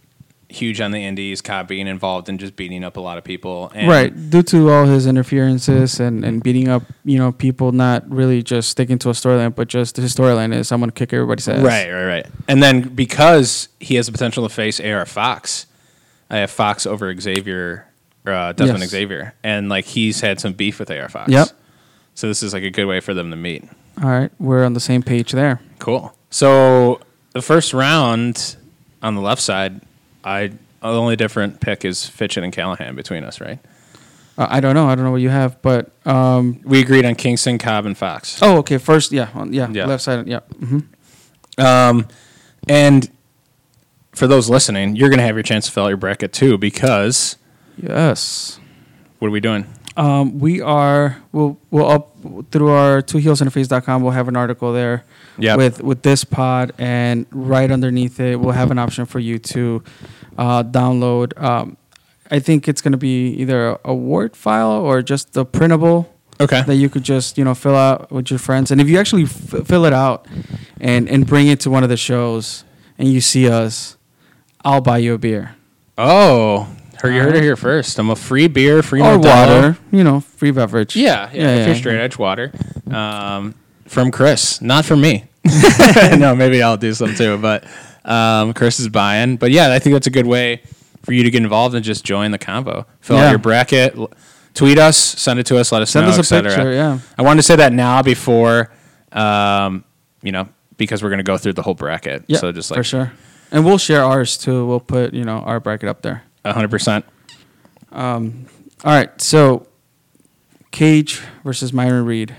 huge on the Indies, Cobb being involved in just beating up a lot of people. And
right, due to all his interferences and, and beating up, you know, people not really just sticking to a storyline, but just his storyline is I'm gonna kick everybody's ass.
Right, right, right. And then because he has the potential to face AR Fox, I have Fox over Xavier, uh, Desmond
Yes.
Xavier, and like he's had some beef with AR Fox.
Yep.
So this is like a good way for them to meet.
All right, we're on the same page there.
Cool. So the first round on the left side, I the only different pick is Fitchett and Callahan between us, right?
Uh, I don't know, I don't know what you have, but um,
We agreed on Kingston, Cobb, and Fox.
oh, okay, first, yeah, on, yeah,
Yeah.
left side, yeah, hmm
And for those listening, you're gonna have your chance to fill out your bracket too, because
yes.
what are we doing?
Um, we are we'll we'll up through our two heelsinterface.com we'll have an article there
Yep.
with with this pod and right underneath it we'll have an option for you to uh, download um, I think it's going to be either a Word file or just a printable
Okay.
that you could just you know fill out with your friends and if you actually f- fill it out and and bring it to one of the shows and you see us I'll buy you a beer
Oh, her, you heard it here first. I'm a free beer, free
Uh-huh. or
Modelo.
water, you know, free beverage.
Yeah, yeah, if you're straight edge water. Um, from Chris, not from
[LAUGHS]
me. [LAUGHS] no, maybe I'll do some too, but um, Chris is buying. But yeah, I think that's a good way for you to get involved and just join the combo. Fill out
Yeah.
your bracket, l- tweet us, send it to us, let us
Send
know,
us a
et cetera.
picture, yeah.
I wanted to say that now before, um, you know, because we're going to go through the whole bracket.
Yeah,
so just
for
like
sure. And we'll share ours too. We'll put you know our bracket up there.
100%.
All right, so Cage versus Myron Reed.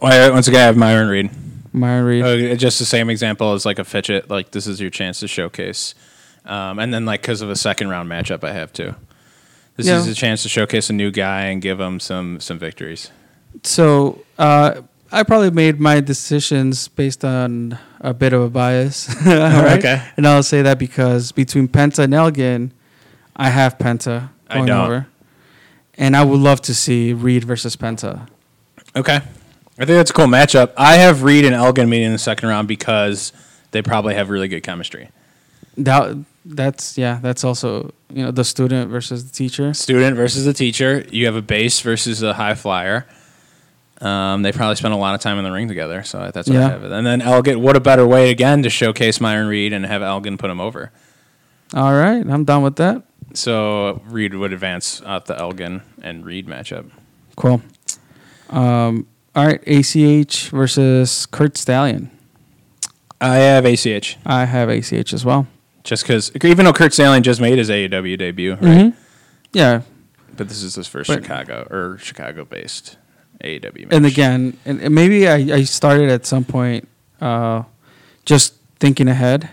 Well, uh, once again, I have Myron Reed.
Myron Reed.
Uh, just the same example as like a fidget. Like this is your chance to showcase, um, and then like because of a second round matchup, I have too. This
Yeah.
is a chance to showcase a new guy and give him some some victories.
so uh, I probably made my decisions based on a bit of a bias. [LAUGHS] All right?
Okay.
And I'll say that because between Penta and Elgin, I have Penta
I
going
don't.
over. And I would love to see Reed versus Penta.
Okay, I think that's a cool matchup. I have Reed and Elgin meeting in the second round because they probably have really good chemistry.
That that's yeah, that's also you know the student versus the teacher.
Student versus the teacher. You have a base versus a high flyer. Um, they probably spent a lot of time in the ring together, so that's what I
Yeah.
have. And then Elgin, what a better way again to showcase Myron Reed and have Elgin put him over.
All right, I'm done with that.
So Reed would advance out the Elgin and Reed matchup.
Cool. Um, all right, ACH versus Kurt Stallion.
I have ACH
I have ACH as well.
just because even though Kurt Stallion just made his AEW debut, right?
Mhm. Yeah,
But this is his first
But-
Chicago or Chicago based AEW. Match.
and again, and, and maybe I, I started at some point uh, just thinking ahead,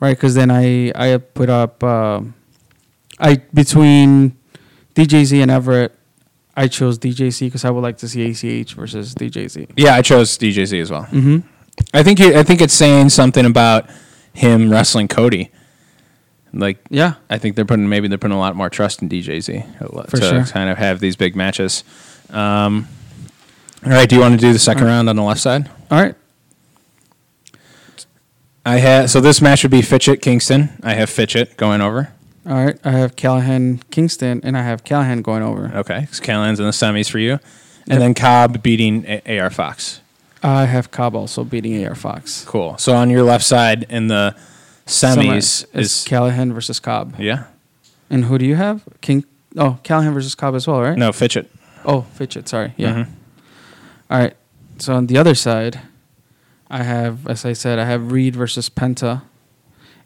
right? Because then I I had put up um, I between DJZ and Everett, I chose DJC because I would like to see ACH versus DJZ.
yeah, I chose DJZ as well.
Mm-hmm.
I think you, I think it's saying something about him wrestling Cody. Like
Yeah,
I think they're putting maybe they're putting a lot more trust in DJZ a lot-
For
to
sure.
kind of have these big matches. Um, all right, do you want to do the second round on the left side?
all right.
I have so this match would be Fitchett Kingston. I have Fitchett going over.
All right, I have Callahan Kingston, and I have Callahan going over.
Okay, so Callahan's in the semis for you, and
Yep.
then Cobb beating A- Ar Fox.
I have Cobb also beating AR Fox.
Cool. So on your left side in the
Summer
semis is
Callahan versus Cobb.
yeah
And who do you have? King. Oh, Callahan versus Cobb as well, right?
no Fitchett.
Oh, Fitchett. Sorry. Yeah.
Mhm.
All right. So on the other side, I have, as I said, I have Reed versus Penta,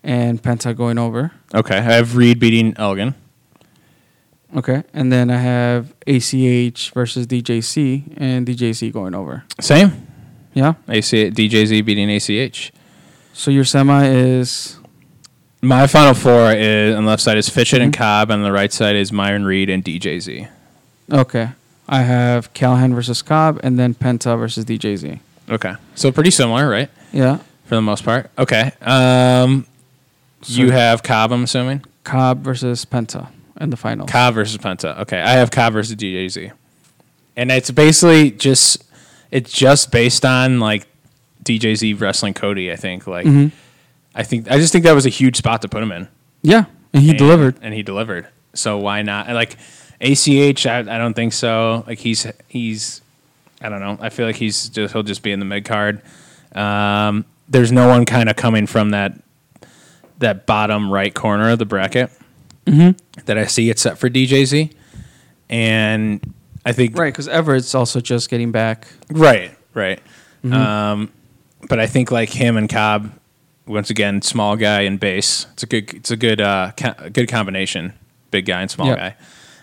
and Penta going over.
Okay, I have Reed beating Elgin.
Okay. And then I have ACH versus DJC, and DJC going over.
Same.
Yeah.
AC DJZ beating ACH.
So your semi is
My final four is on the left side is Fitchett and
Mhm.
Cobb, and on the right side is Myron Reed and DJZ.
okay. I have Callahan versus Cobb, and then Penta versus DJZ.
Okay, so pretty similar, right?
Yeah.
For the most part. Okay. Um, you
So-
have Cobb, I'm assuming.
Cobb versus Penta in the final.
Cobb versus Penta. Okay, I have Cobb versus DJZ, and it's basically just it's just based on like DJZ wrestling Cody. I think like
Mhm.
I think I just think that was a huge spot to put him in.
Yeah, and he
And-
delivered.
and he delivered. So why not? And, Like ACH, I, I don't think so. Like he's he's I don't know. I feel like he's just he'll just be in the mid card. Um, there's no one kind of coming from that that bottom right corner of the bracket
Mm-hmm.
that I see except for DJZ, and I think
Right, because Everett's also just getting back.
Right, right.
Mm-hmm.
Um, but I think like him and Cobb, once again, small guy and base. It's a good, it's a good, uh, co- a good combination. Big guy and small
Yeah.
guy.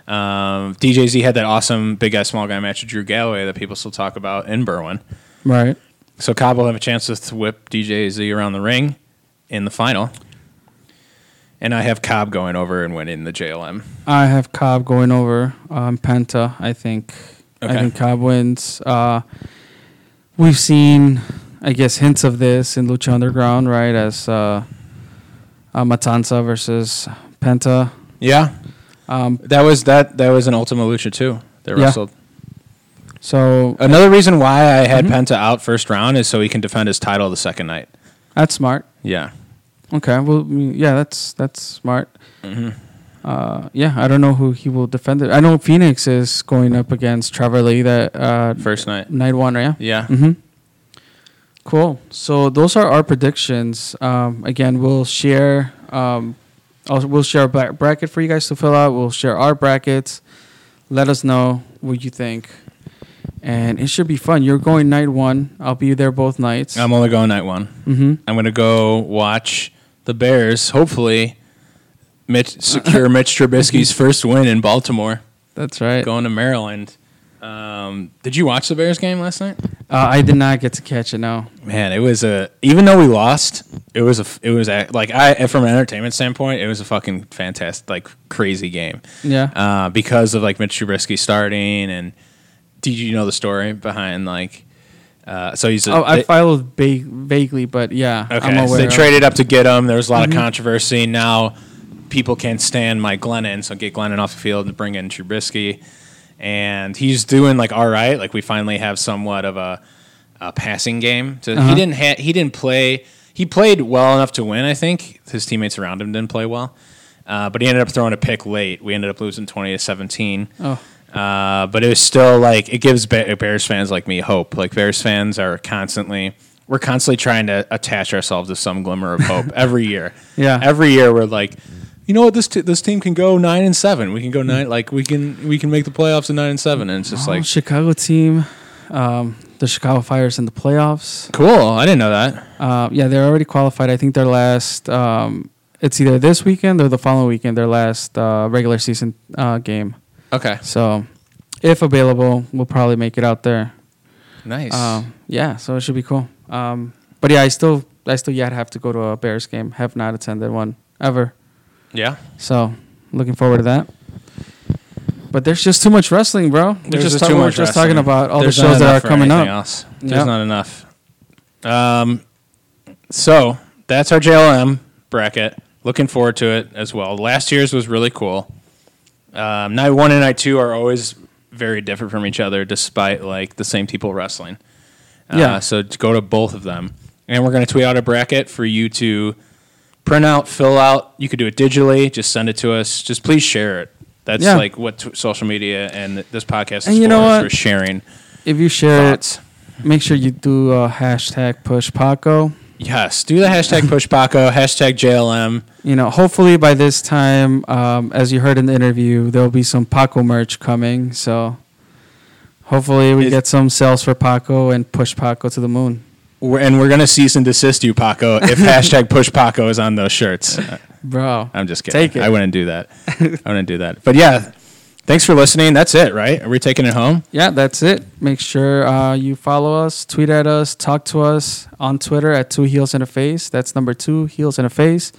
Um, DJZ had that awesome big guy small guy match with Drew Galloway that people still talk about in Berwyn.
Right.
So Cobb will have a chance to whip DJZ around the ring in the final. And I have Cobb going over and winning the JLM.
I have Cobb going over um, Penta. I think.
Okay.
I think Cobb wins. Uh, we've seen, I guess, hints of this in Lucha Underground, right? As uh, uh, Matanza versus Penta.
Yeah,
Um,
that was that. That was an Ultima Lucha too. They
Yeah.
wrestled.
so
Another reason why Mm-hmm. I had Penta out first round is so he can defend his title the second night.
that's smart.
Yeah.
Okay. Well, mm, yeah, that's that's smart.
Mm-hmm.
Uh, yeah, I don't know who he will defend it. I know Phoenix is going up against Trevor Lee that uh,
First night.
night one, right?
Yeah.
Mm-hmm. Cool. So those are our predictions. Um, again, we'll share. Um, also, we'll share a bra- bracket for you guys to fill out. We'll share our brackets. Let us know what you think, and it should be fun. You're going night one. I'll be there both nights.
I'm only going night one.
mm-hmm.
I'm gonna go watch the Bears. Hopefully, Mitch secure Mitch Trubisky's first win in Baltimore.
That's right. Uh,
Going to Maryland. Um, did you watch the Bears game last night?
Uh, I did not get to catch it. No.
Man, it was a. Even though we lost, it was a. It was a, like I from an entertainment standpoint, it was a fucking fantastic, like crazy game
Yeah.
uh, because of like Mitch Trubisky starting and. Did you know the story behind like? Uh, so he's. A,
oh, I
they-
followed ba- vaguely, but yeah, I'm
Okay,
aware.
so they
of- Mm-hmm.
traded up to get him. There was a lot of controversy. Now people can't stand Mike Glennon, so get Glennon off the field and bring in Trubisky. And he's doing like all right. Like we finally have somewhat of a, a passing game. So
Uh-huh.
He didn't ha- he didn't play. He played well enough to win. I think his teammates around him didn't play well, uh, but he ended up throwing a pick late. We ended up losing twenty to seventeen.
Oh,
Uh, but it was still like it gives Ba- Bears fans like me hope. Like Bears fans are constantly we're constantly trying to attach ourselves to some glimmer of
[LAUGHS]
hope every year.
Yeah.
every year we're like, you know what this t- this team can go nine and seven. We can go nine like we can we can make the playoffs at nine and seven. And it's just
Oh,
like
Chicago team, um, the Chicago Fires in the playoffs.
cool. I didn't know that.
Uh, yeah, they're already qualified. I think their last. Um, it's either this weekend or the following weekend. Their last uh, regular season uh, game.
Okay,
So, if available, we'll probably make it out there.
nice.
Um, yeah, so it should be cool. Um, but yeah, I still, I still yet have to go to a Bears game. Have not attended one ever.
yeah,
So, looking forward to that. But there's just too much wrestling, bro. We're
There's
just,
too
talking- we're
much
just
wrestling.
talking about all
There's
the
not
shows that
enough
are
for
coming
anything
up.
Else. There's
Yeah.
not enough. Um, so that's our JLM bracket. Looking forward to it as well. Last year's was really cool. Um, night one and night two are always very different from each other, despite like the same people wrestling. Uh,
Yeah.
So to go to both of them, and we're going to tweet out a bracket for you to print out, fill out. You could do it digitally. Just send it to us. Just please share it. That's
Yeah.
like what t- social media and th- this podcast is
And you
for,
know
is
what?
for sharing
If you share
thoughts.
it, make sure you do uh, hashtag push Paco.
Yes, do the
[LAUGHS]
hashtag push Paco, hashtag JLM.
You know, hopefully by this time, um, as you heard in the interview, there will be some Paco merch coming. So hopefully we
Is-
get some sales for Paco and push Paco to the moon.
We're, and we're going to cease and desist you, Paco,
[LAUGHS]
if hashtag push Paco is on those shirts.
Bro.
I'm just kidding.
Take it.
I wouldn't do that. I wouldn't do that. But yeah, thanks for listening. That's it, right? Are we taking it home?
yeah, that's it. Make sure uh, you follow us, tweet at us, talk to us on Twitter at Two Heels and a Face. That's number two, Heels and a Face.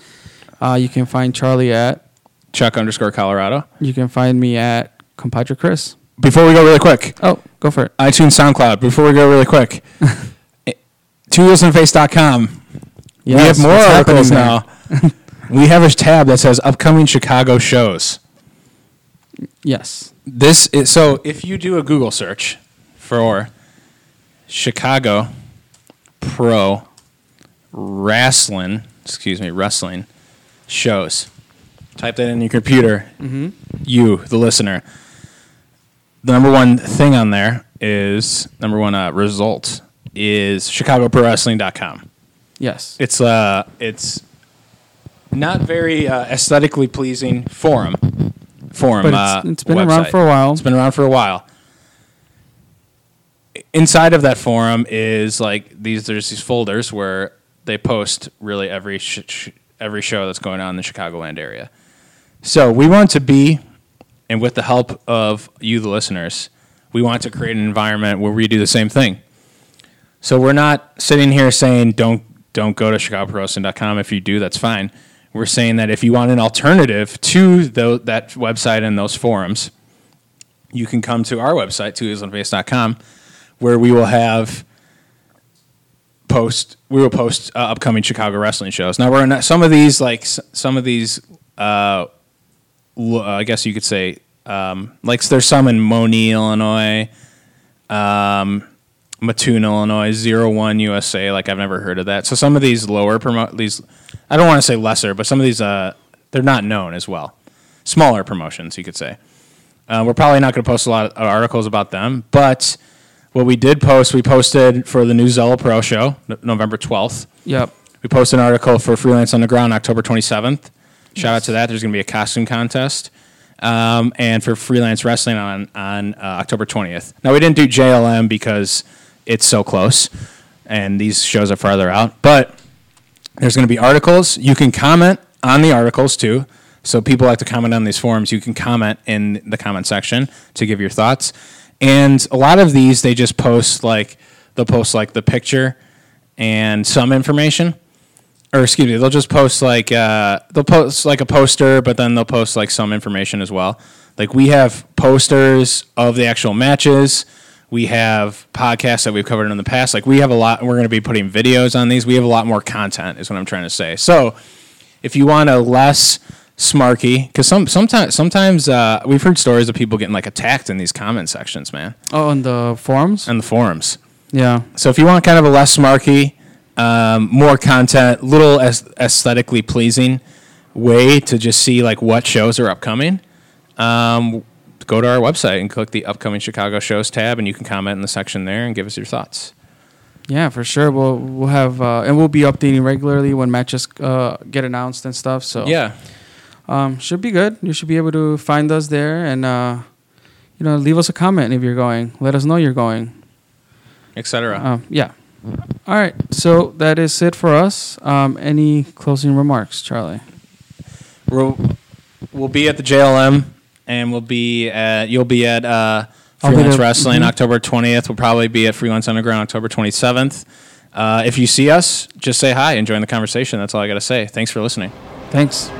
Uh, you can find Charlie at,
Chuck underscore Colorado.
you can find me at Compadre Chris.
Before we go really quick,
Oh, go for it.
iTunes, SoundCloud. Before we go really
[LAUGHS]
quick, twoheelsinface.com. we
Yes,
have more
what's happening
articles
there?
now. we have a tab that says upcoming Chicago shows.
Yes.
This is so if you do a Google search for Chicago Pro Wrestling, excuse me, wrestling shows. Type that in your computer.
Mm-hmm.
You, the listener. The number one thing on there is number one uh, result is chicagoprowrestling.com.
Yes.
It's uh it's not very uh, aesthetically pleasing forum. Forum
but
uh,
it's, it's been around
website.
for a while.
It's been around for a while. Inside of that forum is like these. There's these folders where they post really every sh- sh- every show that's going on in the Chicagoland area. So we want to be, and with the help of you, the listeners, we want to create an environment where we do the same thing. So we're not sitting here saying don't don't go to chicagoprowrestling.com. If you do, that's fine. We're saying that if you want an alternative to tho- that website and those forums, you can come to our website, twoislandface.com, where we will have post we will post uh, upcoming Chicago wrestling shows. Now we're not, some of these like s- some of these uh, l- uh, I guess you could say um, like there's some in Moni, Illinois, um, Mattoon, Illinois, 01 USA. Like I've never heard of that. So some of these lower promo these I don't want to say lesser, but some of these uh they're not known as well. Smaller promotions, you could say. Uh, we're probably not going to post a lot of articles about them, but what we did post, we posted for the new Zello Pro show, no- November 12th.
Yep.
We posted an article for Freelance Underground October 27th. Shout out to that. There's going to be a costume contest. Um, and for Freelance Wrestling on, on uh, October 20th. Now, we didn't do JLM because it's so close and these shows are farther out. But there's going to be articles. You can comment on the articles too. So people like to comment on these forums. You can comment in the comment section to give your thoughts. And a lot of these, they just post like they'll post like the picture and some information, or excuse me, they'll just post like uh, they'll post like a poster, but then they'll post like some information as well. Like we have posters of the actual matches. We have podcasts that we've covered in the past. Like we have a lot. We're going to be putting videos on these. We have a lot more content, is what I'm trying to say. So if you want a less smarky, because some sometimes sometimes uh, we've heard stories of people getting like attacked in these comment sections, man,
Oh, on the forums.
and the forums.
Yeah.
So if you want kind of a less smarky, um, more content, little as aesthetically pleasing way to just see like what shows are upcoming, um, go to our website and click the upcoming Chicago shows tab, and you can comment in the section there and give us your thoughts.
Yeah, for sure. We'll we'll have uh, and we'll be updating regularly when matches uh, get announced and stuff. So
Yeah,
um, should be good. You should be able to find us there and uh, you know leave us a comment if you're going. Let us know you're going.
etc.
Um, yeah. All right. So that is it for us. Um, any closing remarks, Charlie?
We'll we'll be at the JLM, and we'll be at you'll be at uh,
I'll be
Freelance
there.
Wrestling
Mhm.
October twentieth. We'll probably be at Freelance Underground October twenty seventh. Uh, if you see us, just say hi and join the conversation. That's all I got to say. Thanks for listening.
Thanks.